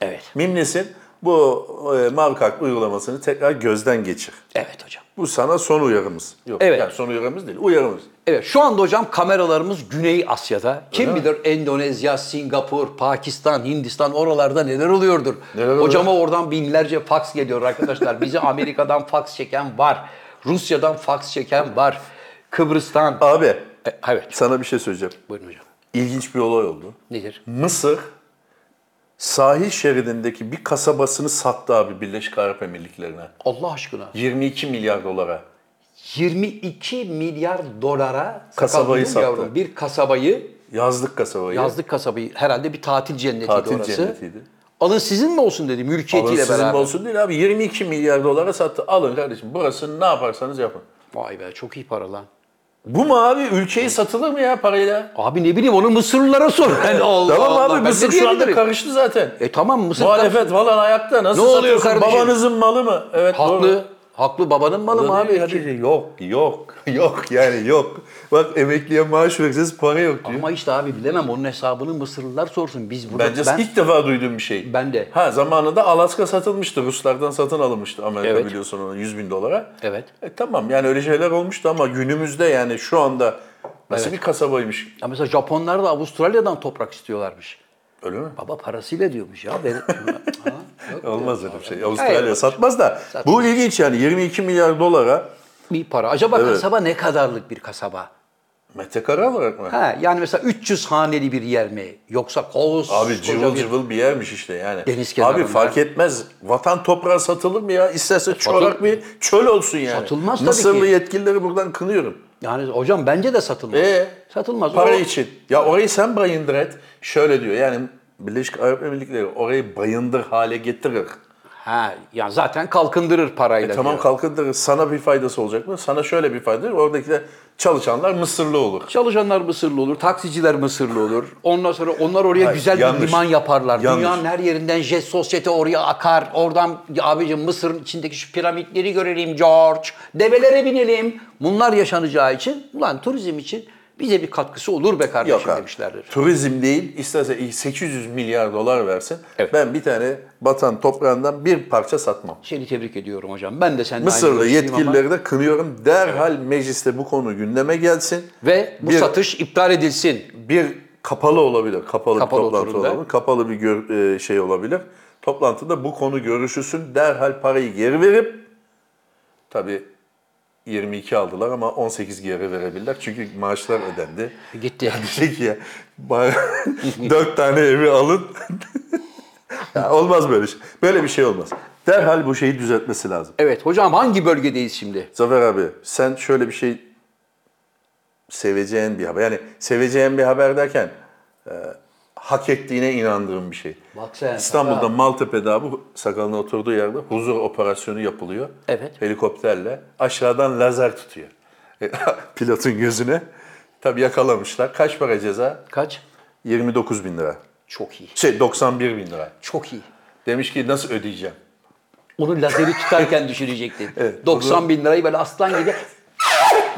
Evet.
Mimlisin. Bu e, mavi kart uygulamasını tekrar gözden geçir.
Evet hocam.
Bu sana son uyarımız. Yok
Evet.
yani son uyarımız değil, uyarımız.
Evet şu anda hocam kameralarımız Güney Asya'da. Kim
mi?
bilir Endonezya, Singapur, Pakistan, Hindistan oralarda neler oluyordur.
Neler oluyor?
Hocama oradan binlerce fax geliyor arkadaşlar. Bizi Amerika'dan fax çeken var. Rusya'dan fax çeken var. Kıbrıs'tan.
Abi
E, evet
sana bir şey söyleyeceğim.
buyurun hocam.
İlginç bir olay oldu.
Nedir?
Mısır sahil şeridindeki bir kasabasını sattı abi Birleşik Arap Emirlikleri'ne.
Allah aşkına
22 milyar dolara.
22 milyar dolara
Kasabayı
sakal yavrum,
sattı.
Bir kasabayı,
Yazlık kasabayı.
yazlık kasabayı herhalde bir tatil cennetiydi
Tatil
orası.
cennetiydi.
Alın sizin mi olsun dedi
Alın
mülkiyetiyle
sizin
beraber.
olsun değil abi. 22 milyar dolara sattı. Alın kardeşim. Burası ne yaparsanız yapın.
Vay be çok iyi para lan.
Bu mu abi? Ülkeyi satılır mı ya parayla?
Abi ne bileyim onu Mısırlılara sor. Yani Allah
tamam
Allah, ben
abi
de
Mısır şu anda
diyebilirim.
karıştı zaten.
E tamam Mısır
Muhalefet falan ayakta. Nasıl
Ne oluyor
satıyorsun?
kardeşim?
Babanızın malı mı? Evet
haklı.
doğru.
Haklı babanın malı mı abi?
Yok, yok, yok, yok yani yok. Bak emekliye maaş vereceğiz, para yok diyor.
Ama işte abi bilemem onun hesabını Mısırlılar sorsun. Biz burada
Bence
ben-
ilk defa duyduğum bir şey.
Ben de.
Ha zamanında Alaska satılmıştı. Ruslardan satın alınmıştı Amerika
Evet.
biliyorsun onu 100 bin dolara.
Evet.
E, tamam yani öyle şeyler olmuştu ama günümüzde yani şu anda nasıl bir kasabaymış
Ya mesela Japonlar da Avustralya'dan toprak istiyorlarmış.
öyle mi?
Baba parasıyla diyormuş ya. Benim, Ha, yok.
Olmaz öyle bir şey. Avustralya
Hayır.
satmaz da bu ilginç yani 22 milyar dolara
bir para. Acaba kasaba ne kadarlık bir kasaba?
metrekare olarak mı?
Ha, yani mesela 300 haneli bir yer mi? Yoksa koz
Abi cıvıl cıvıl bir yermiş işte yani.
Deniz
Abi
kenarında.
fark etmez. Vatan toprağı satılır mı ya? İsterse çorak bir çöl olsun yani.
Satılmaz tabii
Mısırlı
ki.
yetkilileri buradan kınıyorum.
Yani hocam bence de satılmaz.
Ee?
satılmaz.
Para
O-
için. Ya orayı sen bayındır et. Şöyle diyor yani Birleşik Arap Emirlikleri orayı bayındır hale getirir.
Ha, yani zaten kalkındırır parayla.
E, Tamam
diyor.
kalkındırır. Sana bir faydası olacak mı? Sana şöyle bir faydası. Oradakiler çalışanlar Mısırlı olur.
Çalışanlar Mısırlı olur, taksiciler Mısırlı olur. Ondan sonra onlar oraya
Hayır,
güzel
yanlış.
bir liman yaparlar.
Yanlış.
Dünyanın her yerinden jet sosyete oraya akar. Oradan "Ya abicim Mısır'ın içindeki şu piramitleri görelim George. Develere binelim. Bunlar yaşanacağı için, ulan turizm için bize bir katkısı olur be kardeşim
Yok abi.
demişlerdir.
Turizm değil, isterse 800 milyar dolar versin.
Evet.
Ben bir tane vatan toprağından bir parça satmam.
Seni tebrik ediyorum hocam. Ben de seninle aynı
Mısırlı
görüşteyim ama-
yetkilileri de kınıyorum. Derhal mecliste bu konu gündeme gelsin.
Ve bu
Bir-
satış iptal edilsin.
Bir kapalı olabilir, kapalı,
Kapalı
bir toplantı
oturumda.
olabilir, kapalı bir gör- e, şey olabilir. Toplantıda bu konu görüşülsün. Derhal parayı geri verip, tabii 22 aldılar ama 18 geri verebilirler. Çünkü maaşlar ödendi.
Gitti.
Diyecek ya, bari dört tane evi alın. Ya olmaz böyle şey. Böyle bir şey olmaz. Derhal bu şeyi düzeltmesi lazım.
Evet hocam hangi bölgedeyiz şimdi?
Zafer abi sen şöyle bir şey seveceğin bir haber. Yani seveceğin bir haber derken e, hak ettiğine inandığım bir şey.
Bak sen,
İstanbul'da
Zafer
Maltepe'de abi sakalın oturduğu yerde huzur operasyonu yapılıyor.
Evet.
Helikopterle aşağıdan lazer tutuyor. E, Pilotun gözüne. Tabii yakalamışlar. Kaç para ceza?
Kaç?
29 bin lira.
Çok iyi.
Şey 91 bin lira.
Çok iyi.
Demiş ki nasıl ödeyeceğim?
Onu lazeri tutarken düşünecektin.
Evet.
90 bin lirayı böyle aslan gibi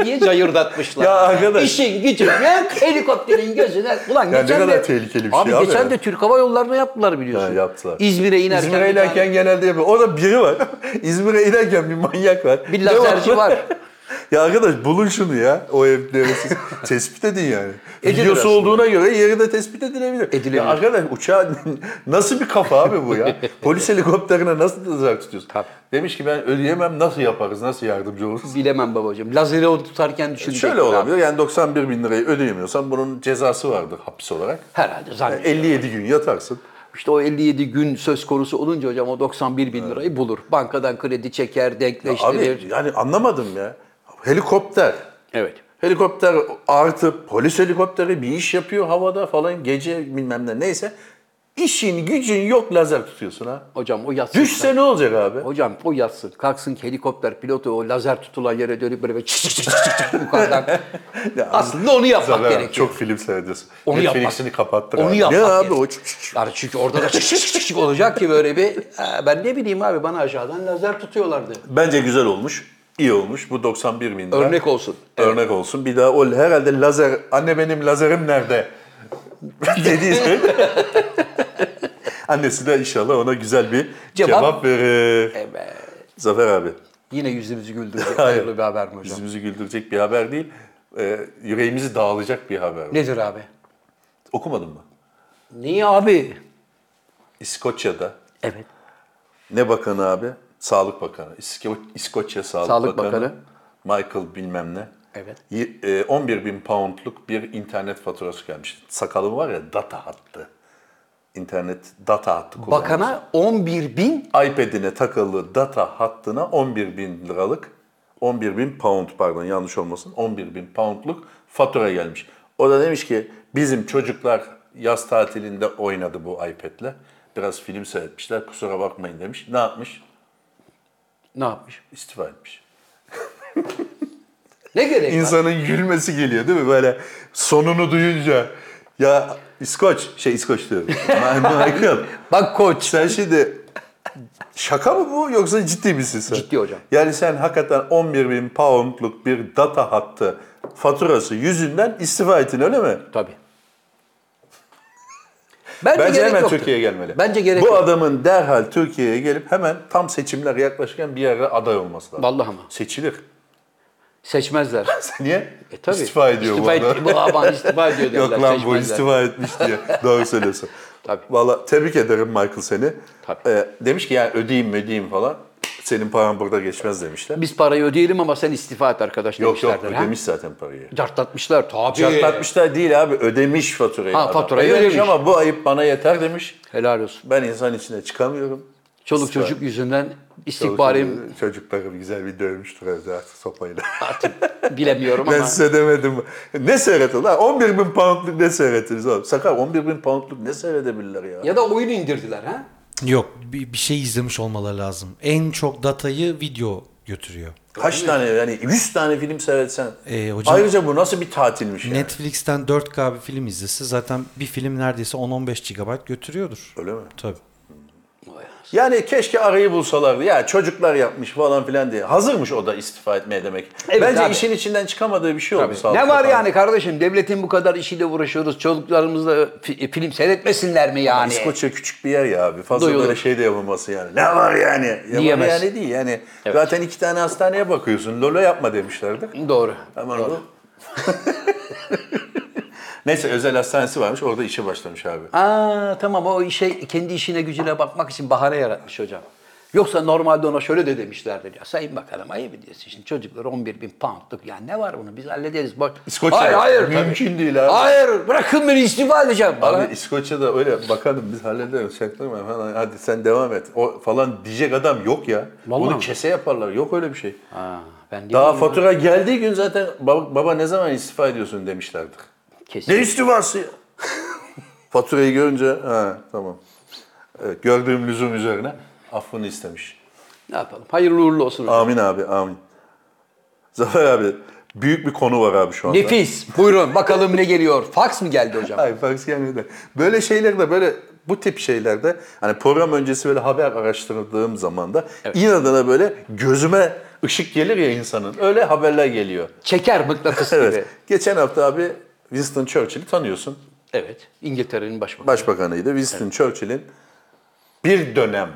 diye cayırdatmışlar.
Ya arkadaş.
İşin gücün ya helikopterin gözüne. Ulan
Ya ne
geçen
kadar
de,
tehlikeli bir
abi
şey abi
geçen
ya.
de Türk Hava Yolları'na yaptılar biliyorsun.
Ha, yaptılar.
İzmir'e inerken.
İzmir'e
bir tane-
inerken genelde yapıyor. Orada biri var. İzmir'e inerken bir manyak var.
Bir lazerci
Devamlı-
var.
ya arkadaş bulun şunu ya. O ev neresi? tespit edin yani.
Edilir
Videosu
aslında.
olduğuna göre yeri de tespit edilebilir.
Edilebilir.
Ya arkadaş uçağa nasıl bir kafa abi bu ya? Polis helikopterine nasıl lazer tutuyorsun?
Tabii.
Demiş ki ben ödeyemem nasıl yaparız, nasıl yardımcı oluruz?
Bilemem babacığım. Lazeri o tutarken düşünecektin.
Şöyle
abi.
olabilir yani 91 bin lirayı ödeyemiyorsan bunun cezası vardır hapis olarak.
Herhalde zannediyorum.
57 gün yatarsın.
İşte o 57 gün söz konusu olunca hocam o 91 bin lirayı bulur. Bankadan kredi çeker, denkleştirir.
Abi yani anlamadım ya. Helikopter.
evet.
Helikopter artı polis helikopteri bir iş yapıyor havada falan gece bilmem ne neyse. İşin gücün yok lazer tutuyorsun ha.
Hocam o yatsın.
Düşse ne olacak abi?
Hocam o yatsın. Kalksın ki helikopter pilotu o lazer tutulan yere dönüp böyle çık çık çık çık çık yukarıdan.
Ya,
Aslında onu yapmak
Zafer abi,
gerekiyor.
Çok film seyrediyorsun.
Onu yapmak.
Netflix'ini kapattır
Onu
abi.
yapmak
Ne abi
gerek.
o çık çık çık.
Yani çünkü orada da çık çık çık çık olacak ki böyle bir. Ha, Ben ne bileyim abi bana aşağıdan lazer tutuyorlardı.
Bence güzel olmuş. iyi olmuş. Bu 91 bin lira.
Örnek olsun.
Örnek olsun. Bir daha o herhalde lazer, anne benim lazerim nerede? dediği şey. Annesi de inşallah ona güzel bir
Cevap-
cevap, verir.
Evet.
Zafer abi.
Yine yüzümüzü güldürecek
Hayır.
hayırlı bir haber mi hocam?
Yüzümüzü güldürecek bir haber değil. e, yüreğimizi dağılacak bir haber.
Nedir abi?
Okumadın mı?
Niye abi?
İskoçya'da
Evet.
ne bakanı abi? Sağlık Bakanı. İsko- İskoçya Sağlık,
Sağlık
Bakanı. Michael bilmem ne.
Evet.
Y- e, 11 bin poundluk bir internet faturası gelmişti. Sakalım var ya data hattı. İnternet data hattı kullanıyor.
Bakana 11 bin
iPad'ine takılı data hattına 11 bin liralık, 11 bin pound pardon yanlış olmasın, 11 bin poundluk fatura gelmiş. O da demiş ki bizim çocuklar yaz tatilinde oynadı bu iPad'le. Biraz film seyretmişler kusura bakmayın demiş. Ne yapmış?
ne yapmış?
İstifa etmiş.
Ne gerek var?
İnsanın gülmesi geliyor değil mi? Böyle sonunu duyunca. Ya İskoç, şey İskoç diyorum. Michael.
Bak koç.
Sen şimdi Şaka mı bu yoksa ciddi misin sen?
Ciddi hocam.
Yani sen hakikaten 11 bin poundluk bir data hattı faturası yüzünden istifa ettin öyle mi?
Tabii. Bence,
Bence
gerek
hemen
yoktu.
Türkiye'ye gelmeli.
Bence gerek
Bu
yok.
adamın derhal Türkiye'ye gelip hemen tam seçimler yaklaşırken bir yere aday olması lazım.
Vallahi ama.
Seçilir.
Seçmezler.
Niye?
E tabii.
İstifa ediyor
istifa
bu adam.
etti- bu adam istifa ediyor derler.
Yok lan bu
seçmezler.
istifa etmiş diye. Doğru söylüyorsun.
Tabii.
Valla tebrik ederim Michael seni.
Tabii.
Ee, demiş ki yani ödeyeyim mi ödeyeyim falan. Senin paran burada geçmez demişler.
Biz parayı ödeyelim ama sen istifa et arkadaş
Yok yok
demişlerdir. ha?
ödemiş zaten parayı.
Cartlatmışlar tabii.
Çatlatmışlar değil abi ödemiş faturayı.
Ha,
adam.
faturayı ödemiş.
Ama bu ayıp bana yeter demiş.
Helal olsun.
Ben insan içine çıkamıyorum.
Çoluk
İstifa-
çocuk yüzünden istihbarim
Çoluk- Çocuklarım güzel bir dövmüştür evde artık sopayla.
bilemiyorum
ben
ama.
size demedim. Ne seyretin lan? 11 bin poundluk ne seyrettiniz oğlum? Sakar 11 bin poundluk ne seyredebilirler ya?
Ya da oyunu indirdiler ha?
Yok bir, bir şey izlemiş olmaları lazım. En çok datayı video götürüyor.
Kaç tane yani 100 tane film seyretsen.
Ee, hocam-
Ayrıca bu nasıl bir tatilmiş yani?
Netflix'ten 4K bir film izlese zaten bir film neredeyse 10-15 GB götürüyordur.
Öyle mi?
Tabii.
Yani keşke arayı bulsalardı. Ya çocuklar yapmış falan filan diye. Hazırmış o da istifa etmeye demek.
Evet
Bence
abi.
işin içinden çıkamadığı bir şey oldu. sağlıkta
Ne var
falan.
yani kardeşim? Devletin bu kadar işiyle uğraşıyoruz. Çocuklarımızla fi- film seyretmesinler mi yani?
İskoçya küçük bir yer ya abi. Fazla
Hani- Duyulur.
böyle şey de yapılması yani. Ne var yani? Yapar
Diyemez.
yani değil yani. Zaten iki tane hastaneye bakıyorsun. Lolo yapma demişlerdi.
Doğru.
Hemen oldu. Neyse özel hastanesi varmış. Orada işe başlamış abi.
Aa tamam o işe kendi işine gücüne bakmak için bahane yaratmış hocam. Yoksa normalde ona şöyle de demişlerdir ya sayın bakalım ayıp ediyorsun şimdi çocuklar 11 bin poundluk ya ne var bunu biz hallederiz bak.
İskoçya
hayır
ya.
hayır tabii.
Mümkün değil abi.
Hayır bırakın beni istifa edeceğim bana.
Abi İskoçya'da öyle bakalım biz hallederiz çaktırma falan hadi sen devam et o falan diyecek adam yok ya.
Vallahi
Bunu
mi?
kese yaparlar yok öyle bir şey.
Ha, ben
Daha
diyeyim ya.
fatura geldiği gün zaten baba, baba ne zaman istifa ediyorsun demişlerdir.
Kesin.
Ne istifası ya? Faturayı görünce ha tamam. Evet, gördüğüm lüzum üzerine affını istemiş.
Ne yapalım hayırlı uğurlu olsun hocam.
Amin abi amin. Zafer abi büyük bir konu var abi şu anda.
Nefis buyurun bakalım ne geliyor. Fax mı geldi hocam?
Hayır fax gelmiyor da. Böyle şeylerde böyle bu tip şeylerde hani program öncesi böyle haber araştırdığım zaman da inadına böyle gözüme ışık gelir ya insanın. Öyle haberler geliyor.
Çeker mıknatıs
Evet.
gibi.
Geçen hafta abi Winston Churchill'i tanıyorsun.
Evet. İngiltere'nin başbakanı.
Başbakanıydı. Winston Churchill'in bir dönem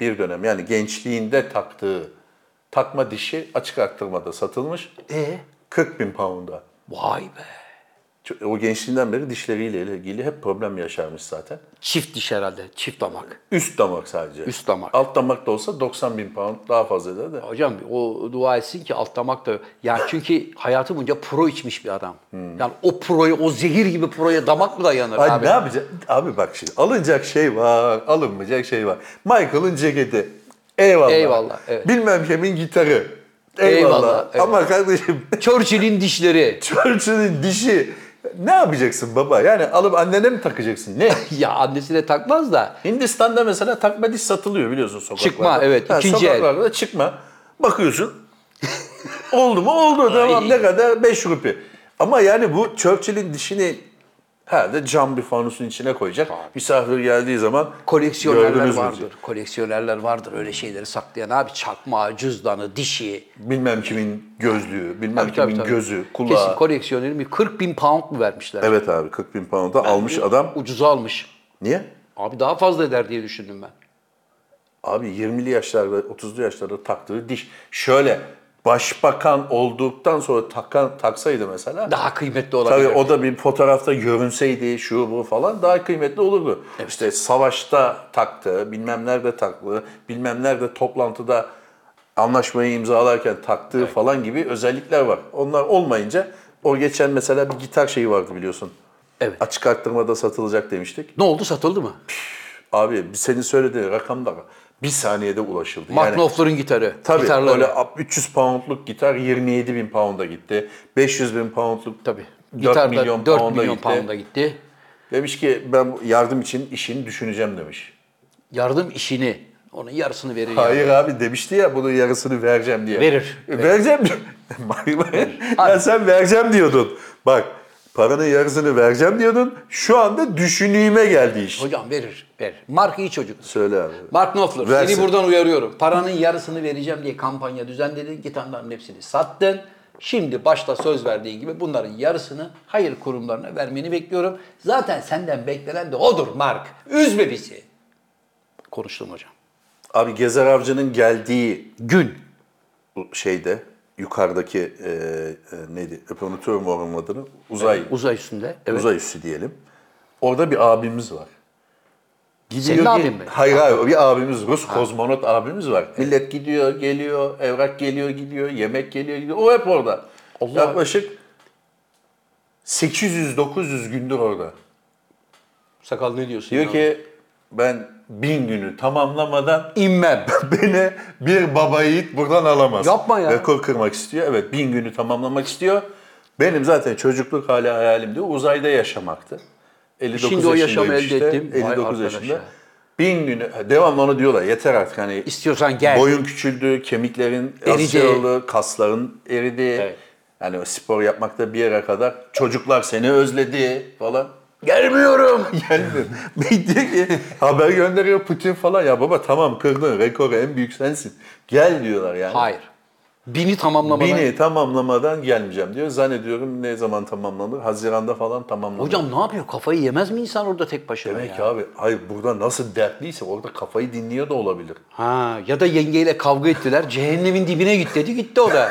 bir dönem yani gençliğinde taktığı takma dişi açık arttırmada satılmış.
E?
40 bin pound'a.
Vay be.
Ç- O gençliğinden beri dişleriyle ilgili hep problem yaşarmış zaten.
Çift diş herhalde. Çift damak.
Üst damak sadece.
Üst damak.
Alt damak da olsa 90 bin pound daha fazla eder de.
Hocam o dua etsin ki alt damak da... Yani çünkü hayatı boyunca pro içmiş bir adam. Yani o proya, o zehir gibi proya damak mı dayanır
Hmm. Ay
abi?
ne yapacak? Abi bak şimdi alınacak şey var, alınmayacak şey var. Michael'ın ceketi. Eyvallah.
Eyvallah, evet.
Bilmem kimin gitarı. Eyvallah.
Eyvallah, evet.
Ama kardeşim
Churchill'in dişleri.
Churchill'in dişi ne yapacaksın baba? Yani alıp annene mi takacaksın? Ne?
Ya annesine takmaz da
Hindistan'da mesela takma diş satılıyor biliyorsun sokaklarda.
Çıkma, evet, ikinci el.
Sokaklarda da çıkma. Bakıyorsun. oldu mu? Oldu. Tamam ne kadar? 5 rupi. Ama yani bu Churchill'in dişini herhalde cam bir fanusun içine koyacak. Misafir geldiği zaman
koleksiyonerler
gördünüz mü
vardır.
diyecek.
Koleksiyonerler vardır öyle şeyleri saklayan abi. Çakmağı, cüzdanı, dişi.
Bilmem kimin gözlüğü, bilmem
Tabii, tabii,
kimin
tabii.
gözü, kulağı.
Kesin koleksiyonerin bir 40 bin pound mu vermişler?
Evet abi 40 bin pound'a almış adam.
Ucuza almış.
Niye?
Abi daha fazla eder diye düşündüm ben.
Abi 20'li yaşlarda, 30'lu yaşlarda taktığı diş. Şöyle başbakan olduktan sonra takan, taksaydı mesela.
Daha kıymetli olabilir.
Tabii o da bir fotoğrafta görünseydi şu bu falan daha kıymetli olurdu. İşte savaşta taktığı, bilmem nerede taktığı, bilmem nerede toplantıda anlaşmayı imzalarken taktığı falan gibi özellikler var. Onlar olmayınca o geçen mesela bir gitar şeyi vardı biliyorsun.
Evet.
Açık arttırmada satılacak demiştik.
Ne oldu satıldı mı?
Abi senin söylediğin rakamda bir saniyede ulaşıldı.
Mark Knopfler'ın gitarı.
Tabii
gitarları.
böyle 300 poundluk gitar 27 bin pound'a gitti. 500 bin poundluk
Tabii.
4
Gitar da
milyon
4
pound'a
milyon
gitti.
pound'a gitti.
Demiş ki ben bu yardım için işini düşüneceğim demiş.
Yardım işini, onun yarısını verir. ya.
Hayır abi demişti ya bunun yarısını vereceğim diye.
Verir.
E, Vereceğim diyor. ya sen vereceğim diyordun. Bak paranın yarısını vereceğim diyordun. Şu anda düşünüğüme geldi iş.
Hocam verir, verir. Mark iyi çocuktur.
Söyle abi.
Mark Knopfler
Versin.
seni buradan uyarıyorum. Paranın yarısını vereceğim diye kampanya düzenledin. Git onların hepsini sattın. Şimdi başta söz verdiğin gibi bunların yarısını hayır kurumlarına vermeni bekliyorum. Zaten senden beklenen de odur Mark. Üzme bizi. Konuştum hocam.
Abi Gezer Avcı'nın geldiği
Gün.
şeyde yukarıdaki e, e, neydi? Hep unutuyorum onun adını. Uzay.
Uzay üstünde. Evet.
uzay üssü diyelim. Orada bir abimiz var. Gidiyor,
Senin
gel-
abin mi?
Hayır hayır bir abimiz Rus kozmonot abimiz var. Millet gidiyor geliyor, evrak geliyor gidiyor, yemek geliyor gidiyor. O hep orada.
Allah-
Yaklaşık 800-900 gündür orada.
Sakal ne diyorsun?
Diyor
ya?
ki ben bin günü tamamlamadan
inmem.
beni bir baba yiğit buradan alamaz.
Yapma ya.
Rekor kırmak istiyor. Evet bin günü tamamlamak istiyor. Benim zaten çocukluk hala hayalim diyor. Uzayda yaşamaktı. 59
Şimdi o yaşamı
yaşındayım
elde
işte,
ettim. Vay
59
arkadaş
yaşında.
ya.
Bin günü devamlı onu diyorlar yeter artık hani
İstiyorsan gel.
boyun küçüldü, kemiklerin
Eridi.
eridi. oldu, kasların eridi.
Evet.
Yani o spor yapmakta bir yere kadar çocuklar seni özledi falan.
Gelmiyorum.
Gelmiyor. Diyor ki haber gönderiyor Putin falan. Ya baba tamam kırdın rekoru en büyük sensin. Gel diyorlar yani.
Hayır. Bini tamamlamadan.
Bini tamamlamadan gelmeyeceğim diyor. Zannediyorum ne zaman tamamlanır? Haziranda falan tamamlanır.
Hocam ne yapıyor? Kafayı yemez mi insan orada tek başına
Demek
ya?
ki abi hayır burada nasıl dertliyse orada kafayı dinliyor da olabilir.
Ha ya da yengeyle kavga ettiler. Cehennemin dibine git dedi. Gitti o da.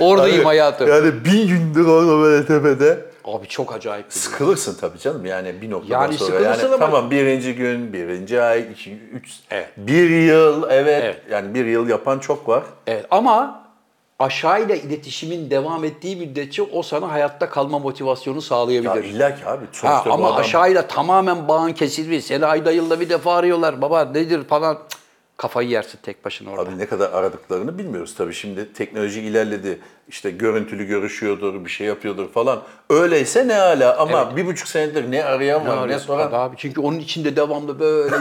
Oradayım
Abi,
hayatım.
Yani bin gündür orada böyle tepede.
Abi çok acayip. bir-
Sıkılırsın tabii canım yani bir noktadan
Yani
sonra.
sıkılırsın
yani
ama-
Tamam birinci gün, birinci ay, iki, üç,
Evet.
bir yıl evet,
Evet.
Yani bir yıl yapan çok var.
Evet, ama aşağıyla iletişimin devam ettiği müddetçe o sana hayatta kalma motivasyonu
Ya
sağlayabilir.
illa ki abi.
ha,
Sonuçta bu
ama
adam-
aşağıyla tamamen bağın kesilmiş. Seni ayda yılda bir defa arıyorlar. Baba nedir falan. Cık, kafayı yersin tek başına orada.
Abi ne kadar aradıklarını bilmiyoruz tabii. Şimdi teknoloji ilerledi. İşte görüntülü görüşüyordur, bir şey yapıyordur falan. Öyleyse ne hala ama bir buçuk senedir ne arayan var ne
arıyorsun
soran.
tabii abi. Çünkü onun içinde devamlı böyle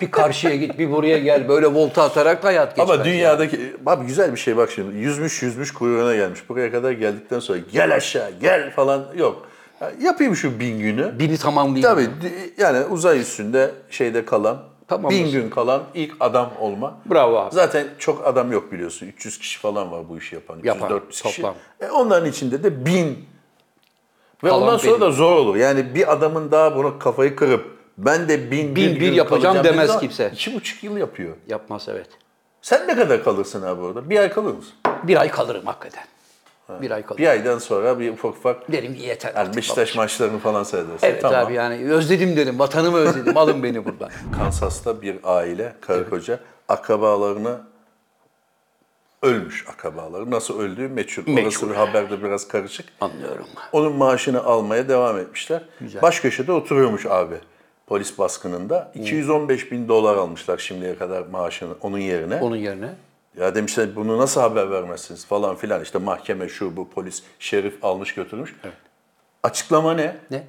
bir karşıya git bir buraya gel böyle volta atarak hayat geçmez.
Ama dünyadaki abi güzel bir şey bak şimdi yüzmüş yüzmüş kuyruğuna gelmiş. Buraya kadar geldikten sonra gel aşağı gel falan yok. Ya yapayım şu bin günü.
Bini tamamlayayım.
Tabii di- yani uzay üstünde şeyde kalan,
Tamam
bin
olsun.
gün kalan ilk adam olma.
Bravo abi.
Zaten çok adam yok biliyorsun. 300 kişi falan var bu işi yapan. 300-400
Yapan,
kişi.
toplam.
E, onların içinde de bin. Ve
Kalan
ondan sonra
benim.
da zor olur. Yani bir adamın daha bunu kafayı kırıp ben de bin,
Bin
bir
bir
gün
yapacağım
kalacağım
demez
dediği zaman
kimse.
İki buçuk yıl yapıyor.
Yapmaz evet.
Sen ne kadar kalırsın abi orada? Bir ay kalır mısın?
Bir ay kalırım hakikaten. Bir ay kalırım.
Bir aydan sonra bir ufak ufak
Derim ki yeter
yani
artık.
Beşiktaş maçlarını falan seyredersin.
Evet
tamam.
abi yani özledim derim. Vatanımı özledim. Alın beni buradan.
Kansas'ta bir aile, karı koca, akrabalarını ölmüş akrabaları. Nasıl öldüğü meçhul. Orası
Meçhul.
bir haberde biraz karışık.
Anlıyorum.
Onun maaşını almaya devam etmişler. Baş köşede oturuyormuş abi polis baskınında. 215 bin dolar almışlar şimdiye kadar maaşını onun yerine.
Onun yerine.
Ya demişler bunu nasıl haber vermezsiniz falan filan. İşte mahkeme şu bu polis şerif almış götürmüş. Açıklama ne?
Ne?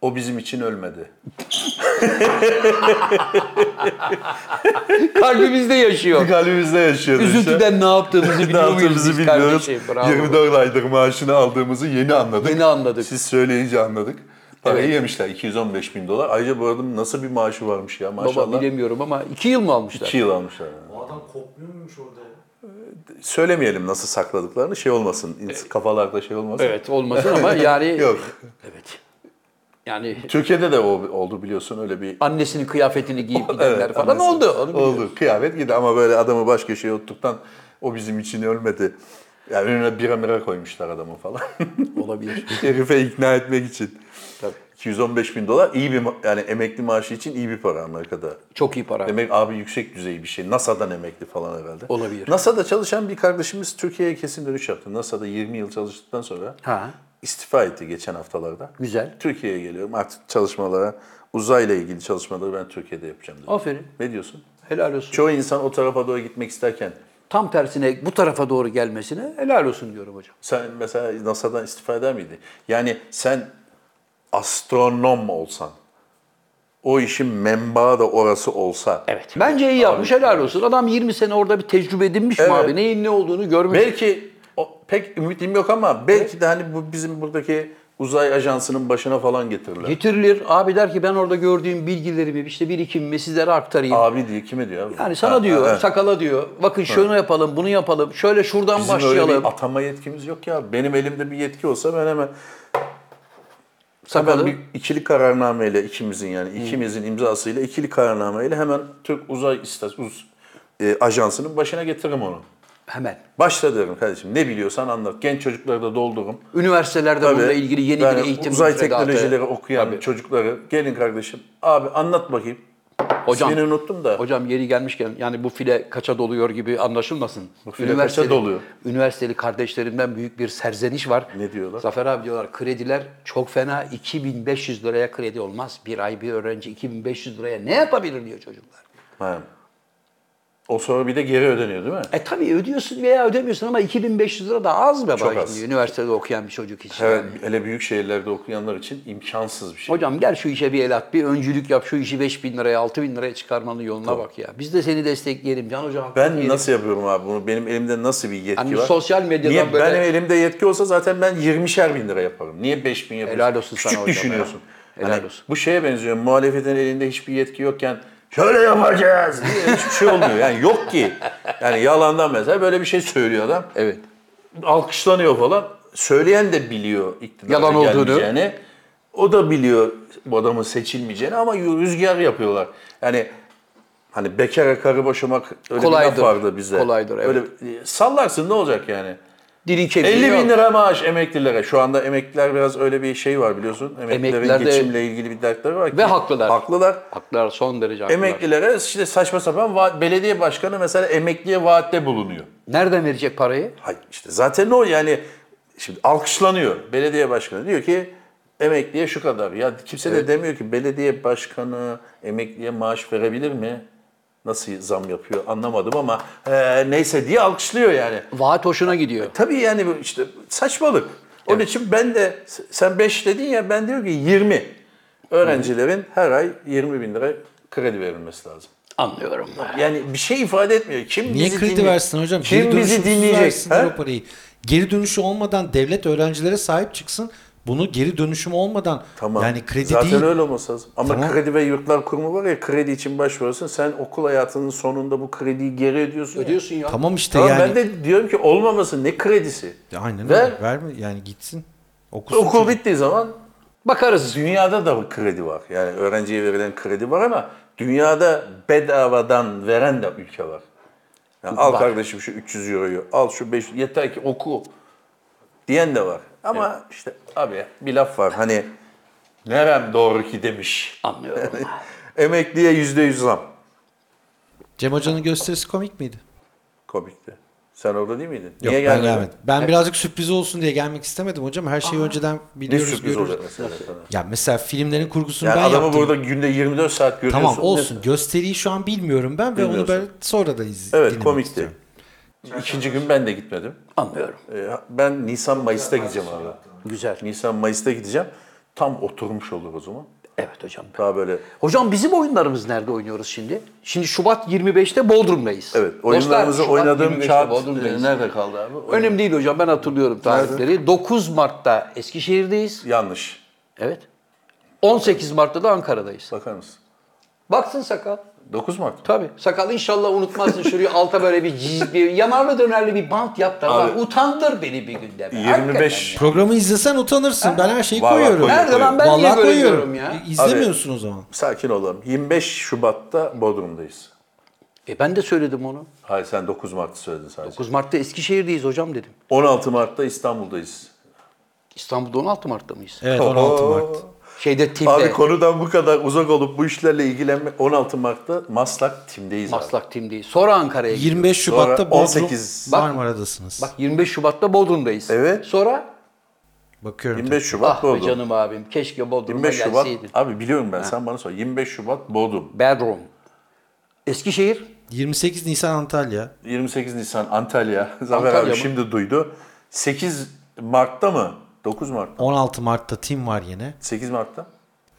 O bizim için ölmedi.
Kalbimizde yaşıyor.
Kalbimizde yaşıyoruz işte.
Üzüntüden ne yaptığımızı
ne
biliyor muyuz
yaptığımızı
biz
bilmiyoruz.
kardeşim? Bravo.
24 aydır maaşını aldığımızı yeni anladık.
Yeni anladık.
Siz söyleyince anladık. Parayı yemişler 215 bin dolar. Ayrıca bu adamın nasıl bir maaşı varmış ya
Baba
maşallah.
bilemiyorum ama iki yıl mı almışlar?
2 yıl almışlar.
O adam kopmuyor muymuş orada ya?
Söylemeyelim nasıl sakladıklarını şey olmasın. ins- Kafalarda şey olmasın.
Evet olmasın ama yani.
Yok.
Evet. Yani
Türkiye'de de o- oldu biliyorsun öyle bir
annesinin kıyafetini giyip gidenler falan
annesi.
oldu. Onu biliyorum.
Oldu. Kıyamet gidi ama böyle adamı baş köşeye oturttuktan o bizim için ölmedi. Yani önüne bira mira koymuşlar adamı falan.
Olabilir.
Herife ikna etmek için. 215 bin dolar iyi bir ma- yani emekli maaşı için iyi bir para Amerika'da.
Çok iyi para.
Demek abi yüksek düzey bir şey. NASA'dan emekli falan herhalde.
Olabilir.
NASA'da çalışan bir kardeşimiz Türkiye'ye kesin dönüş yaptı. NASA'da 20 yıl çalıştıktan sonra
Ha.
istifa etti geçen haftalarda.
Güzel.
Türkiye'ye geliyorum artık çalışmalara, uzayla ilgili çalışmaları ben Türkiye'de yapacağım dedi.
Aferin.
Ne diyorsun?
Helal olsun.
Çoğu insan o tarafa doğru gitmek isterken
Tam tersine bu tarafa doğru gelmesine helal olsun diyorum hocam.
sen mesela NASA'dan istifa eder miydin? Yani sen astronom olsan, o işin menbaı da orası olsa.
Evet. Bence iyi yapmış helal olsun. Adam 20 sene orada bir tecrübe edinmiş mi abi? Neyin ne olduğunu görmüş.
Belki o pek ümidim yok ama belki de hani bu bizim buradaki uzay ajansının başına falan getirirler.
Getirilir. Abi der ki ben orada gördüğüm bilgilerimi işte birikimimi sizlere aktarayım.
Abi diyor kime diyor? abi?
yani sana
Ha,
diyor,
ha, ha.
sakala diyor. Bakın şunu yapalım, bunu yapalım. Şöyle şuradan
Bizim
başlayalım.
öyle bir atama yetkimiz yok ya. Benim elimde bir yetki olsa ben hemen
sakalı.
Hemen bir ikili kararnameyle ikimizin yani ikimizin imzasıyla ikili kararnameyle hemen Türk Uzay İstasyonu Ajansı'nın başına getiririm onu.
Hemen.
Başla derim kardeşim. Ne biliyorsan anlat. Genç çocukları da doldururum.
Üniversitelerde bununla ilgili yeni
yani
bir eğitim
Uzay
müfredatı.
teknolojileri okuyan
Tabii.
çocukları. Gelin kardeşim. Abi anlat bakayım.
Hocam,
Seni unuttum da.
Hocam yeri gelmişken yani bu file kaça doluyor gibi anlaşılmasın. Bu
file kaça doluyor?
Üniversiteli kardeşlerimden büyük bir serzeniş var.
Ne diyorlar?
Zafer abi diyorlar krediler çok fena 2500 liraya kredi olmaz. Bir ay bir öğrenci 2500 liraya ne yapabilir diyor çocuklar.
Ha. O sonra bir de geri ödeniyor değil mi?
E tabii ödüyorsun veya ödemiyorsun ama 2500 lira da az be
Çok
bak
az.
şimdi üniversitede okuyan bir çocuk için.
Evet, hele büyük şehirlerde okuyanlar için imkansız bir şey.
Hocam gel şu işe bir el at, bir öncülük yap, şu işi 5000 liraya, 6000 liraya çıkarmanın yoluna bak ya. Biz de seni destekleyelim Can Hoca. haklı
Ben
diyelim.
nasıl yapıyorum abi bunu? Benim elimde nasıl bir yetki
Yani
var?
Hani sosyal medyadan
Niye?
böyle-
Benim elimde yetki olsa zaten ben 20'şer bin lira yaparım. Niye 5 bin yapıyorsun?
Helal olsun sana
Küçük
hocam
düşünüyorsun.
ya. Helal
Hani
olsun.
Bu şeye benziyor. Muhalefetin elinde hiçbir yetki yokken şöyle yapacağız diye hiçbir şey olmuyor. Yani yok ki. Yani yalandan mesela böyle bir şey söylüyor adam.
Evet.
Alkışlanıyor falan. Söyleyen de biliyor iktidara
Yalan olduğunu.
gelmeyeceğini. O da biliyor bu adamın seçilmeyeceğini ama rüzgar yapıyorlar. Yani hani bekara karı boşamak öyle bir
Kolaydır.
laf vardı bize.
Kolaydır, evet.
Öyle, e, sallarsın ne olacak yani?
Dilin kemiği
50
yok.
bin lira maaş emeklilere. Şu anda emekliler biraz öyle bir şey var biliyorsun. Emeklilerin
Emeklilerde-
geçimle ilgili bir dertleri var. ki-
Ve haklılar.
Haklılar.
Haklar son derece haklar.
Emeklilere işte saçma sapan vaat- belediye başkanı mesela emekliye vaatte bulunuyor.
Nereden verecek parayı?
Hayır işte zaten o yani şimdi alkışlanıyor. Belediye başkanı diyor ki emekliye şu kadar. Ya kimse de demiyor ki belediye başkanı emekliye maaş verebilir mi? Nasıl zam yapıyor anlamadım ama eee, neyse diye alkışlıyor yani.
Vaat hoşuna gidiyor.
Tabii yani bu işte saçmalık. Onun için ben de sen 5 dedin ya ben diyorum ki 20 öğrencilerin her ay 20 bin lira kredi verilmesi lazım.
Anlıyorum.
Yani bir şey ifade etmiyor. Kim
Ah. Niye
bizi
kredi
dinleyecek?
versin hocam?
Kim
Geri
bizi
dönüşümsüz
dinleyecek?
versinler
Ha?
o parayı. Geri dönüşü olmadan devlet öğrencilere sahip çıksın. Bunu geri dönüşüm olmadan
Tamam.
yani kredi
Zaten
değil.
öyle olması lazım. Ama
Tamam.
kredi ve yurtlar kurumu var ya kredi için başvuruyorsun. Sen okul hayatının sonunda bu krediyi geri ödüyorsun. ya.
Ödüyorsun ya.
Tamam işte
Tamam,
yani.
ben de diyorum ki olmaması ne kredisi?
Aynen
Ver.
öyle. Verme yani gitsin. Okusun.
Okul
çocuk.
bittiği zaman
Bakarız.
dünyada da kredi var. Yani öğrenciye verilen kredi var ama dünyada bedavadan veren de ülke var. Yani al
Var.
kardeşim şu 300 euroyu, al şu 500, yeter ki oku diyen de var. Ama işte abi bir laf var hani nerem doğru ki demiş.
Anlıyorum.
Emekliye yüzde yüz zam.
Cem Hoca'nın gösterisi komik miydi?
Komikti. Sen orada değil miydin?
Yok ben
gelmedin?
gelmedim. Ben birazcık sürpriz olsun diye gelmek istemedim hocam. Her şeyi önceden
Ne
biliyoruz.
sürpriz
görüyoruz.
olacak mesela sana?
Ya mesela filmlerin kurgusunu
Yani
ben
adamı
yaptım.
burada günde 24 saat görüyorsun.
Tamam
Ne-
olsun. Gösteriyi şu an bilmiyorum ben ve onu
Bilmiyorsun.
ben sonra da iz-
Evet
dinlemek
komikti.
istiyorum.
İkinci gün ben de gitmedim.
Anlıyorum.
Ee, Ben Nisan Mayıs'ta gideceğim abi.
Güzel.
Nisan Mayıs'ta gideceğim. Tam oturmuş olur o zaman.
Evet hocam.
Daha böyle
Hocam bizim oyunlarımız nerede oynuyoruz şimdi? Şimdi Şubat 25'te Bodrum'dayız.
evet
Dostlar,
oyunlarımızı
Şubat
oynadığım
25'te
kağıt e,
Bodrum'dayız.
nerede kaldı abi? O-
Önemli değil hocam ben hatırlıyorum tarihleri. 9 Mart'ta Eskişehir'deyiz.
Yanlış.
Evet. 18 Mart'ta da Ankara'dayız.
Bakar mısın?
Baksın sakal.
9 Mart. mı?
Tabii. Sakal inşallah unutmazsın şuraya alta böyle bir ciz, bir yamarlı dönerli bir bant yap da
Abi,
bak utandır beni bir günde. be. Hakikaten.
25
Programı izlesen utanırsın. Ben her şeyi
Var, var,
koyuyorum.
koyuyorum.
Nerede lan ben niye
Vallahi
böyle
koyuyorum.
diyorum ya?
İzlemiyorsun o zaman.
sakin olalım. 25 Şubat'ta Bodrum'dayız.
E ben de söyledim onu.
Hayır sen 9 Mart'ı söyledin sadece.
9 Mart'ta Eskişehir'deyiz hocam dedim.
16 Mart'ta İstanbul'dayız.
İstanbul'da 16 Mart'ta mıyız?
Evet 16 Mart.
Şeyde Tim'de.
Abi konudan bu kadar uzak olup bu işlerle ilgilenmek 16 Mart'ta Maslak Tim'deyiz abi.
Maslak Tim'deyiz. Sonra Ankara'ya gidiyoruz.
25 Şubat'ta Bodrum
18
Bak-
Marmara'dasınız.
Bak 25 Şubat'ta Bodrum'dayız.
Evet.
Sonra
Bakıyorum.
25
ah
Şubat
be
Bodrum.
canım abim keşke Bodrum'a
25 Şubat.
gelseydin.
Abi biliyorum ben sen bana sor. 25 Şubat Bodrum.
Bodrum. Eskişehir.
28 Nisan Antalya.
28 Nisan Antalya. Zafer
Antalya
abi
mı?
şimdi duydu. 8 Mart'ta mı? 9 Mart.
16 Mart'ta tim var yine.
8 Mart'ta.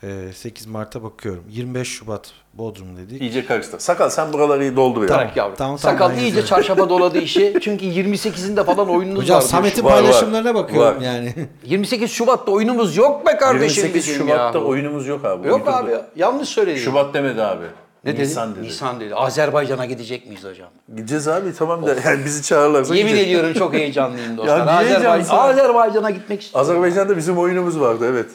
Ee, 8 Mart'a bakıyorum. 25 Şubat Bodrum dedik.
İyice karıştı. Sakal sen buraları iyi doldur ya.
Bırak yavrum.
Tamam, tamam,
Sakal
ben
iyice
izliyorum.
çarşafa doladı işi. Çünkü 28'inde falan oyununuz
Hocam
varmış.
Samet'in
Var, var.
paylaşımlarına bakıyorum
Var.
yani.
28 Şubat'ta oyunumuz yok be kardeşim
28
bizim
Şubat'ta
ya.
oyunumuz yok abi.
Yok
uydurdu.
abi ya. Yanlış söyledin.
Şubat demedi abi.
Ne dedi?
Nisan dedi.
Nisan dedi. Azerbaycan'a gidecek miyiz hocam?
Gideceğiz abi tamam da yani bizi çağırırlarsa
Yemin
gideceğiz.
ediyorum çok heyecanlıyım dostlar.
niye
Azerbaycan,
heyecanlısın?
Azerbaycan'a gitmek istiyorum.
Azerbaycan'da bizim oyunumuz vardı evet.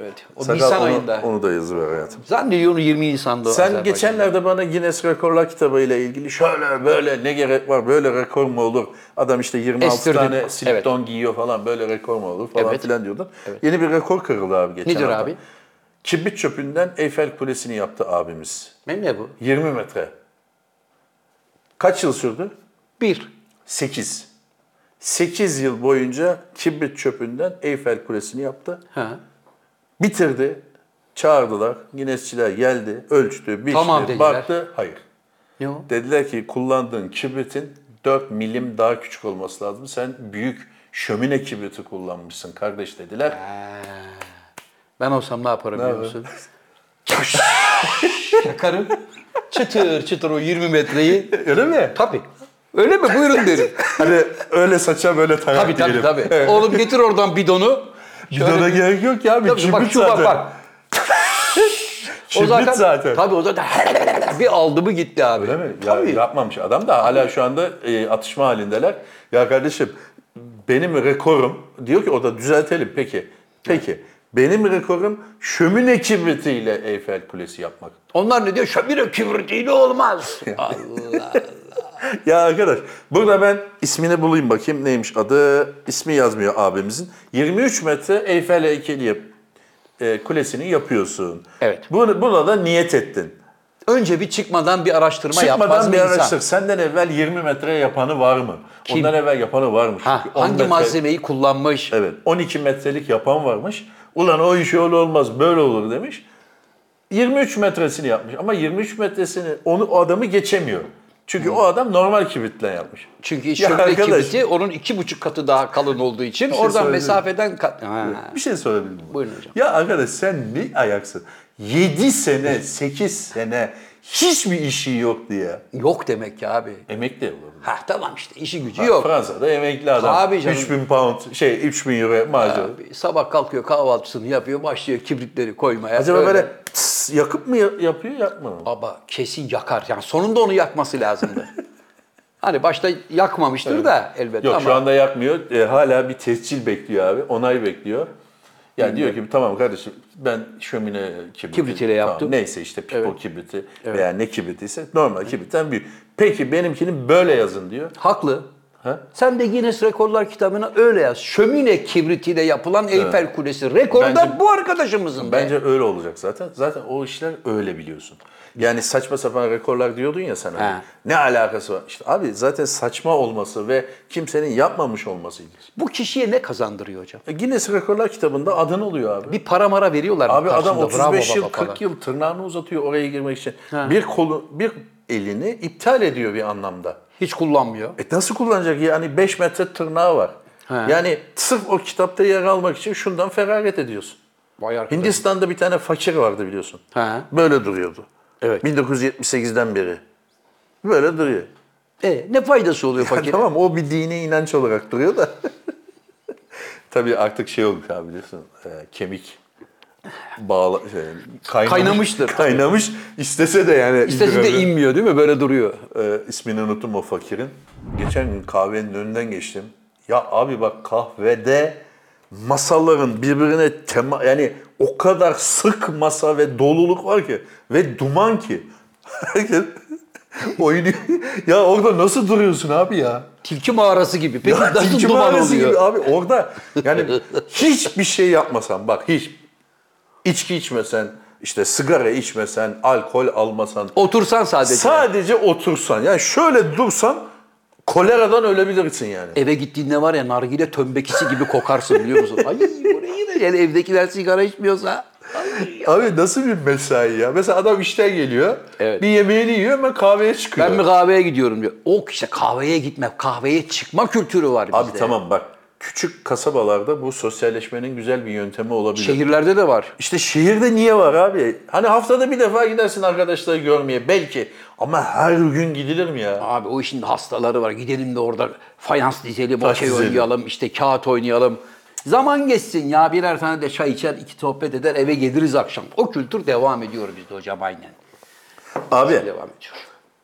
Evet. O
Sakal
Nisan
onu,
ayında.
Onu da yazıver hayatım.
Zannediyorum 20 Nisan'da o
Sen
Azerbaycan'da.
geçenlerde bana Guinness Rekorlar kitabı ile ilgili şöyle böyle ne gerek var böyle rekor mu olur? Adam işte 26
Estirdim.
tane slip-on
Evet.
giyiyor falan böyle rekor mu olur falan
Evet.
filan diyordun. Yeni bir rekor kırıldı abi geçen
Nedir
hafta.
abi?
Kibrit çöpünden Eyfel Kulesi'ni yaptı abimiz.
Benim ne bu?
20 metre. Kaç yıl sürdü?
Bir.
8. 8 yıl boyunca kibrit çöpünden Eyfel Kulesi'ni yaptı.
Ha.
Bitirdi. Çağırdılar. Guinness'çiler geldi. Ölçtü, biçti,
Tamam dediler.
baktı. Hayır.
Ne o?
Dediler ki kullandığın kibritin 4 milim daha küçük olması lazım. Sen büyük şömine kibriti kullanmışsın kardeş dediler.
Ben olsam ne yaparım biliyor musun? Yakarım. Çıtır çıtır o 20 metreyi.
Öyle mi?
Tabii. Öyle mi? Buyurun derim.
Hani öyle saça böyle tarak
tabii tabii
diyelim.
tabii.
Evet.
Oğlum getir oradan bidonu.
Bidona gerek yok ya abi.
Tabii
Kibrit
bak şu bak
zaten.
bak.
Kibrit zaten.
Tabii o zaten bir aldı mı gitti abi.
Öyle mi? Ya
Tabii.
yapmamış adam da hala şu anda e, atışma halindeler. Ya kardeşim benim rekorum diyor ki o da düzeltelim peki. Peki benim rekorum şömine kibritiyle Eyfel Kulesi yapmak.
Onlar ne diyor? Şömine kibritiyle olmaz. Allah.
ya arkadaş burada ben ismini bulayım bakayım neymiş adı. İsmi yazmıyor abimizin. 23 metre Eyfel heykeli e, kulesini yapıyorsun.
Evet.
Bunu, buna da niyet ettin.
Önce bir çıkmadan bir araştırma yapmaz
Çıkmadan
mı
bir
insan?
araştır. Senden evvel 20 metre yapanı var mı?
Kim?
Ondan evvel yapanı varmış.
Ha,
Çünkü 10
hangi
metre-
malzemeyi kullanmış?
Evet. 12 metrelik yapan varmış. Ulan o iş öyle olmaz böyle olur demiş. 23 metresini yapmış ama 23 metresini onu o adamı geçemiyor. Çünkü o adam normal kibritle yapmış.
Çünkü
Ya
şömine
arkadaş.
kibriti onun iki buçuk katı daha kalın olduğu için
şey
oradan
söyleyeyim.
mesafeden... Kat... Ha.
Bir şey sorabilir miyim?
Buyurun hocam.
Ya arkadaş sen ne ayaksın? 7 sene, 8 sene hiçbir işi yoktu ya.
Yok demek ki abi.
Emekli olabilir.
Ha tamam işte işi gücü yok.
Fransa'da emekli adam.
Tabii canım.
3000 pound, şey 3000 euro maaşı.
Abi, sabah kalkıyor kahvaltısını yapıyor başlıyor kibritleri koymaya.
Acaba
Öyle.
böyle tıs yakıp mı ya- yapıyor yapmıyor mu?
Baba kesin yakar. Yani sonunda onu yakması lazımdı. hani başta yakmamıştır da elbette
Yok
ama.
şu anda yakmıyor. E, hala bir tescil bekliyor abi. Onay bekliyor. Yani diyor ki tamam kardeşim ben şömine kibriti,
Kibritiyle yaptım.
neyse işte pipo kibriti veya ne kibritiyse normal kibritten büyük. Peki benimkini böyle yazın diyor.
Haklı.
Ha?
Sen de Guinness Rekorlar kitabına öyle yaz. Şömine kibritiyle yapılan Eyfel Kulesi. Rekoru da
Bence-
bu arkadaşımızın be.
Bence öyle olacak zaten. Zaten o işler öyle biliyorsun. Yani saçma sapan rekorlar diyordun ya sen. hani.
He.
Ne alakası var? İşte abi zaten saçma olması ve kimsenin yapmamış olması.
Bu kişiye ne kazandırıyor hocam?
E, Guinness Rekorlar kitabında adın oluyor abi.
Bir para mara veriyorlar mı
Abi adam
karşında? Bravo
35 yıl,
baba falan.
40 yıl tırnağını uzatıyor oraya girmek için. Bir kolu, bir elini iptal ediyor bir anlamda.
Hiç kullanmıyor.
E nasıl kullanacak yani 5 metre tırnağı var. Yani sırf o kitapta yer almak için şundan feragat ediyorsun.
Vay arkadaş.
Hindistan'da bir tane fakir vardı biliyorsun.
Ha.
Böyle duruyordu.
Evet.
1978'den beri. Böyle duruyor.
E, ne faydası oluyor fakire?
Tamam o bir dini inanç olarak duruyor da. Tabii artık şey olmuş abi biliyorsun e, kemik bağla, şey, kaynamış,
Kaynamıştır.
Kaynamış. İstese de yani.
İstesi de
indiremiyor.
inmiyor değil mi? Böyle duruyor.
Ee, ismini unuttum o fakirin. Geçen gün kahvenin önünden geçtim. Ya abi bak kahvede masaların birbirine tema yani o kadar sık masa ve doluluk var ki ve duman ki. Herkes oynuyor. ya orada nasıl duruyorsun abi ya?
Tilki mağarası gibi. Peki
Ya
nasıl
tilki
duman
mağarası
oluyor?
gibi abi orada yani hiçbir şey yapmasan bak hiç içki içmesen işte sigara içmesen alkol almasan
Otursan sadece.
Sadece otursan. Yani şöyle dursan koleradan ölebilirsin yani.
Eve gittiğinde var ya nargile tömbekisi gibi kokarsın biliyor musun? Ay bu ne iğrenç. Yani evdekiler sigara içmiyorsa.
Abi nasıl bir mesai ya? Mesela adam işten geliyor.
Evet.
Bir yemeğini yiyor hemen kahveye çıkıyor.
Ben mi kahveye gidiyorum diyor. O işte kahveye gitme, kahveye çıkma kültürü var bizde.
Abi tamam bak. küçük kasabalarda bu sosyalleşmenin güzel bir yöntemi olabilir.
Şehirlerde de var.
İşte şehirde niye var abi? Hani haftada bir defa gidersin arkadaşları görmeye belki. Ama her gün gidilir mi ya?
Abi o işin hastaları var. Gidelim de orada fayans dizelim,
Taş
okey
dizelim.
oynayalım, işte kağıt oynayalım. Zaman geçsin ya birer tane de çay içer, iki sohbet eder, eve geliriz akşam. O kültür devam ediyor bizde hocam aynen.
Abi
Devam ediyor.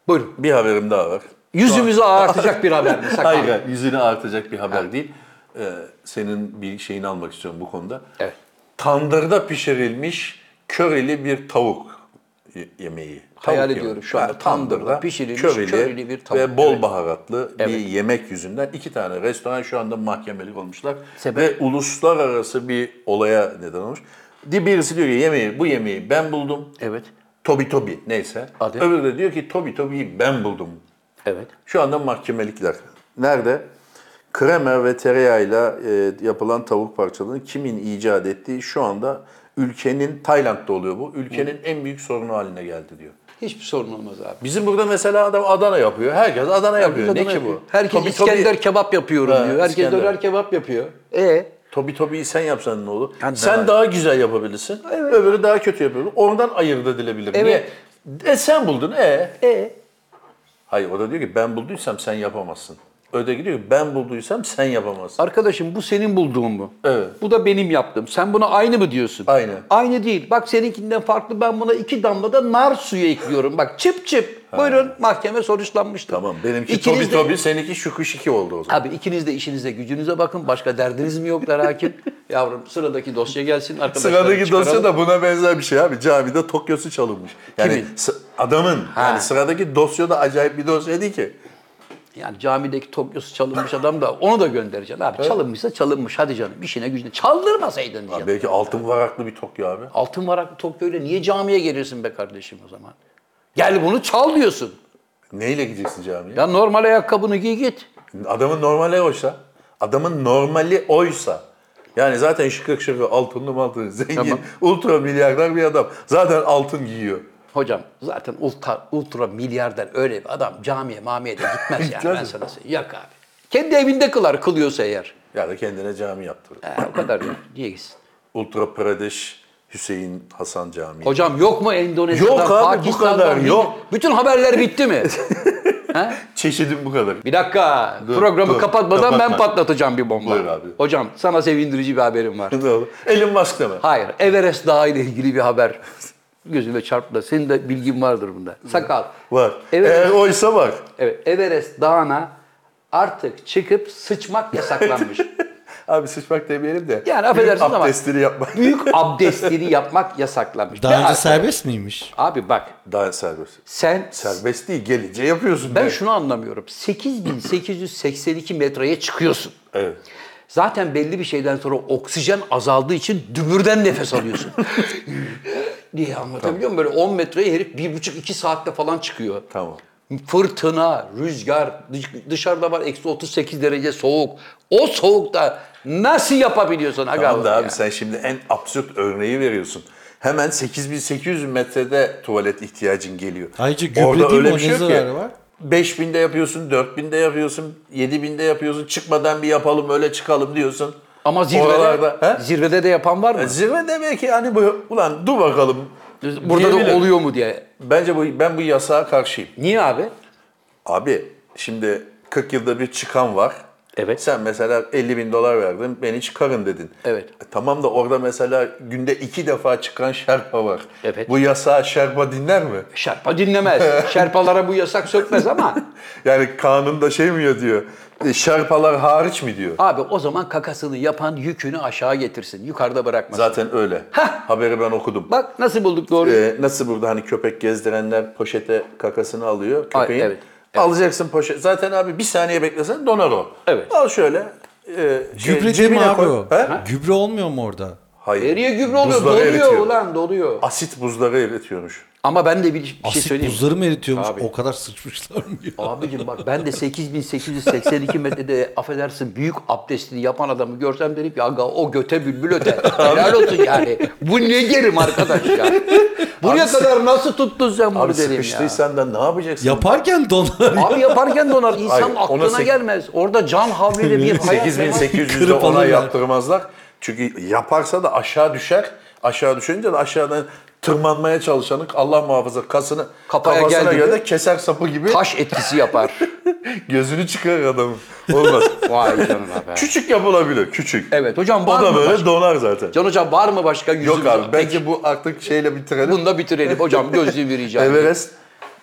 Buyurun.
bir haberim daha var.
Yüzümüzü ağartacak bir haber mi? Sakın.
Hayır, hayır, yüzünü ağartacak bir haber değil. Ee, senin bir şeyini almak istiyorum bu konuda.
Evet.
Tandırda pişirilmiş köreli bir tavuk y- yemeği.
Hayal
Tavuk
ediyorum
yemeği.
şu anda. Tandırda pişirilmiş köreli bir tavuk.
Ve bol
Evet.
baharatlı bir
Evet.
yemek yüzünden iki tane restoran şu anda mahkemelik olmuşlar.
Sebep?
Ve uluslararası bir olaya neden olmuş. Di- Birisi diyor ki yemeği, bu yemeği ben buldum.
Evet.
Tobi Tobi neyse.
Adı?
Öbürü de diyor ki Tobi Tobi'yi ben buldum.
Evet.
Şu anda mahkemelikler. Nerede? Krema ve tereyağıyla e, yapılan tavuk parçalarını kimin icat ettiği şu anda ülkenin, Tayland'da oluyor bu, ülkenin en büyük sorunu haline geldi diyor.
Hiçbir sorun olmaz abi.
Bizim burada mesela adam Adana yapıyor. Herkes Adana yapıyor.
Adana
ne ki
yapıyor.
bu?
Herkes
Tobi Tobi-
İskender kebap yapıyorum
Ha,
diyor. Herkes
İskender.
döner kebap yapıyor. E
Tobi Tobi'yi sen yapsan ne olur?
Yani
sen
daha-
daha güzel yapabilirsin. Öbürü daha kötü yapıyor. Oradan ayırt edilebilir.
Evet.
Niye? E sen buldun. E.
e
Hayır o da diyor ki ben bulduysam sen yapamazsın. Öteki diyor ki ben bulduysam sen yapamazsın.
arkadaşım bu senin bulduğun mu?
Evet.
Bu da benim yaptım. Sen buna aynı mı diyorsun?
Aynı.
Aynı değil. Bak seninkinden farklı ben buna iki damla da nar suyu ekliyorum. Bak çıp çıp. Buyurun mahkeme sonuçlanmıştır.
Tamam benimki
İkiniz
Tobi
de-
Tobi seninki şukuşiki oldu o zaman.
Abi ikiniz de işinize gücünüze bakın. Başka derdiniz mi yok hakim? Yavrum sıradaki dosya gelsin arkadaşlar.
Sıradaki dosya da buna benzer bir şey abi. Camide Tokyo'su çalınmış. Yani
Kimin?
sı- adamın. Yani sıradaki dosya da acayip bir dosya değil ki.
Yani camideki Tokyo'su çalınmış adam da onu da göndereceksin abi. Çalınmışsa çalınmış hadi canım işine gücüne. Çaldırmasaydın diyeceksin.
Abi belki altın varaklı bir Tokyo abi.
Altın varaklı Tokyo'yla niye camiye gelirsin be kardeşim o zaman? Gel bunu çal diyorsun.
Neyle gideceksin camiye?
Ya normal ayakkabını giy git.
Adamın normali oysa. Adamın normali oysa. Yani zaten şıkır şıkır altınlı maltınlı zengin,
Tamam.
ultra milyarder bir adam. Zaten altın giyiyor.
Hocam zaten ultra, ultra milyarder öyle bir adam camiye mamiye de gitmez yani ben
Gitmez
sana söyleyeyim. Yok abi. Kendi evinde kılar kılıyorsa eğer.
Ya da kendine cami yaptırıyor.
He, o kadar yok. Niye gitsin?
Ultra Pradesh Hüseyin Hasan Camii.
Hocam yok mu Endonezya'dan,
Yok abi, bu
Pakistan'dan?
kadar
Hint-
yok.
Bütün haberler bitti mi? He?
Çeşidim bu kadar.
Bir dakika.
Dur,
Programı
dur,
kapatmadan ben
kapatma.
patlatacağım bir bomba.
Buyur abi.
Hocam sana sevindirici bir haberim var.
Ne oldu? Elon Musk deme.
Hayır, Everest Dağı ile ilgili bir haber. Gözüme çarptı. da Senin de bilgin vardır bunda. Sakal.
Var.
Everest,
Eğer oysa var.
evet, Everest Dağı'na artık çıkıp sıçmak yasaklanmış.
Abi sıçmak demeyelim de.
Yani affedersiniz
büyük
ama-
Abdestini yapmak.
Büyük abdestini yapmak yasaklanmış.
Daha
Ve
önce
artık-
serbest miymiş?
Abi bak
Daha serbest.
sen
Serbest değil gelince yapıyorsun.
ben
diye.
şunu anlamıyorum. 8882 metreye çıkıyorsun.
Evet.
Zaten belli bir şeyden sonra oksijen azaldığı için dübürden nefes alıyorsun. diye anlatabiliyor muyum? Böyle 10 metreye herif 1,5-2 saatte falan çıkıyor.
Tamam.
Fırtına, rüzgar, dış- dışarıda var eksi 38 derece soğuk. O soğukta nasıl yapabiliyorsun aga?
Tamam da abi
ya?
sen şimdi en absürt örneği veriyorsun. Hemen 8800 metrede tuvalet ihtiyacın geliyor.
Ayrıca gübre değil mi? O
şey
ne zararı var?
5000'de yapıyorsun, 4000'de yapıyorsun, 7000'de yapıyorsun. Çıkmadan bir yapalım, öyle çıkalım diyorsun.
Ama zirvede,
Oralarda, he? E,
zirvede de yapan var mı?
Zirvede belki hani bu, ulan dur bakalım.
Burada
diyebilir.
da oluyor mu diye.
Bence bu, ben bu yasağa karşıyım.
Niye abi?
Abi şimdi 40 yılda bir çıkan var.
Evet.
Sen mesela 50 bin dolar verdin, beni çıkarın dedin.
Evet.
E, tamam da orada mesela günde iki defa çıkan şerpa var.
Evet.
Bu yasağı şerpa dinler mi?
Şerpa dinlemez. Şerpalara bu yasak sökmez ama
Yani kanunda şey mi yazıyor? e, Şerpalar hariç mi diyor?
Abi o zaman kakasını yapan yükünü aşağı getirsin. Yukarıda bırakmasın.
Zaten öyle. Haberi ben okudum.
Bak nasıl bulduk doğruyu.
E, nasıl burada hani köpek gezdirenler poşete kakasını alıyor
Ay,
köpeğin.
evet,
Alacaksın poşet. Zaten abi bir saniye beklesen donar o.
Evet.
Al şöyle. E, şey,
Gübre değil mi
cebine
abi
koy.
o?
He?
Gübre olmuyor mu orada?
Hayır.
Eriye gübre oluyor.
E, Buzları
Doluyor
eritiyor.
ulan doluyor.
Asit buzları eritiyormuş.
Ama ben de bir, bir şey
Asit
söyleyeyim. mi?
buzları mı eritiyormuş?
Abi.
O kadar sıçmışlar mı ya?
Abicim bak ben de 8882 metrede affedersin büyük abdestini yapan adamı görsem derim ya aga o göte bülbül öter. Helal olsun yani. Bu ne gerim arkadaş ya. Buraya kadar nasıl tuttun sen bunu
Abi
derim ya.
sıkıştıysan da ne yapacaksın?
Yaparken donar.
Abi yaparken donar. İnsan
Hayır, ona
aklına
sek-
gelmez. Orada can havliyle bir hayat.
8800'de
Kırıp
ona
alırlar.
yaptırmazlar. Çünkü yaparsa da aşağı düşer. Aşağı düşünce de aşağıdan tırmanmaya çalışanın Allah muhafaza kasını
Kafaya
kafasına
geldi
göre
mi?
de keser sapı gibi
Taş etkisi yapar.
gözünü çıkarır adamın. Olmaz.
Vay canına be.
küçük yapılabilir, küçük.
Evet, hocam var
O da
mı
böyle
başka?
donar zaten.
Can hocam var mı başka yüzümüz?
Yok abi bence bu artık şeyle bitirelim.
Bunu da bitirelim. Hocam gözlüğümü rica ediyorum.
Everest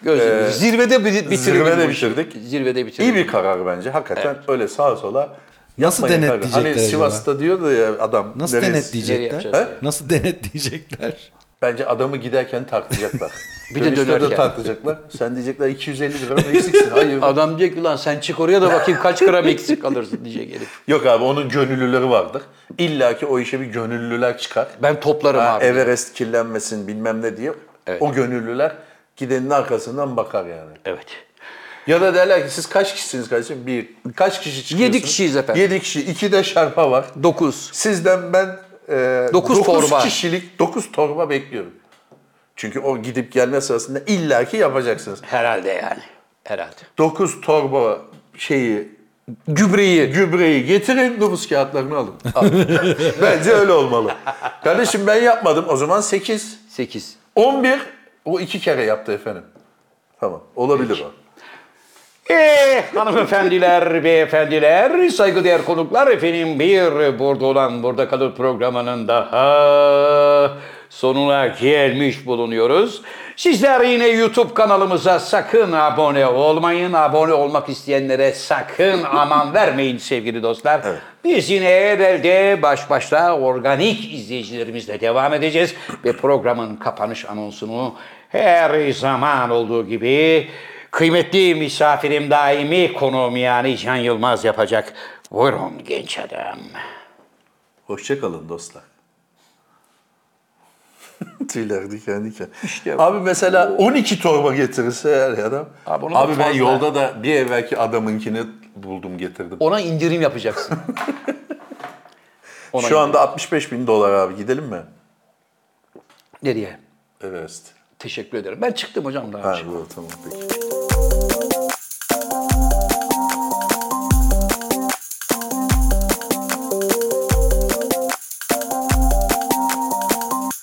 Gözlüğümü.
Ee,
zirvede bi- bitirelim.
zirvede
bu işi.
bitirdik.
Zirvede bitirdik.
iyi bir karar bence. Hakikaten öyle sağa sola
Nasıl
yapmayın.
denetleyecekler
Hani Sivas'ta diyordu ya adam.
Nasıl
neresi-
denetleyecekler?
Nereye yapacağız?
He?
Nasıl denetleyecekler?
Bence adamı giderken tartacaklar.
Bir de
Dönüşte
dönerken.
tartacaklar. Sen diyecekler 250 lira mı eksiksin? Hayır.
Adam diyecek ki lan sen çık oraya da bakayım kaç gram eksik alırsın diyecek herif.
Yok abi onun gönüllüleri vardır. İlla ki o işe bir gönüllüler çıkar.
Ben toplarım
Ha,
abi.
Everest kirlenmesin bilmem ne diye.
Evet.
O gönüllüler gidenin arkasından bakar yani.
Evet.
Ya da derler ki siz kaç kişisiniz kardeşim? Bir. Kaç kişi çıkıyorsunuz?
Yedi kişiyiz efendim.
7 kişi. 2 de şarpa var.
9.
Sizden ben e,
Dokuz torba.
kişilik 9 torba bekliyorum. Çünkü o gidip gelme sırasında illaki yapacaksınız.
Herhalde yani. Herhalde.
9 torba şeyi
Gübreyi.
gübreyi getirin nüfus kağıtlarını alın. Bence öyle olmalı. Kardeşim ben yapmadım o zaman 8.
8.
11 o iki kere yaptı efendim. Tamam olabilir o.
Eh hanımefendiler, beyefendiler, saygıdeğer konuklar efendim bir burada olan burada kalır programının daha sonuna gelmiş bulunuyoruz. Sizler yine YouTube kanalımıza sakın abone olmayın. Abone olmak isteyenlere sakın aman vermeyin sevgili dostlar. Biz yine evvelde baş başta organik izleyicilerimizle devam edeceğiz. Ve programın kapanış anonsunu her zaman olduğu gibi Kıymetli misafirim daimi konuğum yani Can Yılmaz yapacak. Buyurun genç adam.
Hoşçakalın dostlar. Tüyler diken diken. abi mesela 12 torba getirirse her adam.
Abi onu
Abi,
da
ben
fazla-
yolda da bir evvelki adamınkini buldum getirdim.
Ona indirim yapacaksın. Ona
Şu
indirim.
anda 65 bin dolar abi gidelim mi?
Nereye?
Everest.
Teşekkür ederim. Ben çıktım hocam daha
Ha
önce.
bu tamam peki.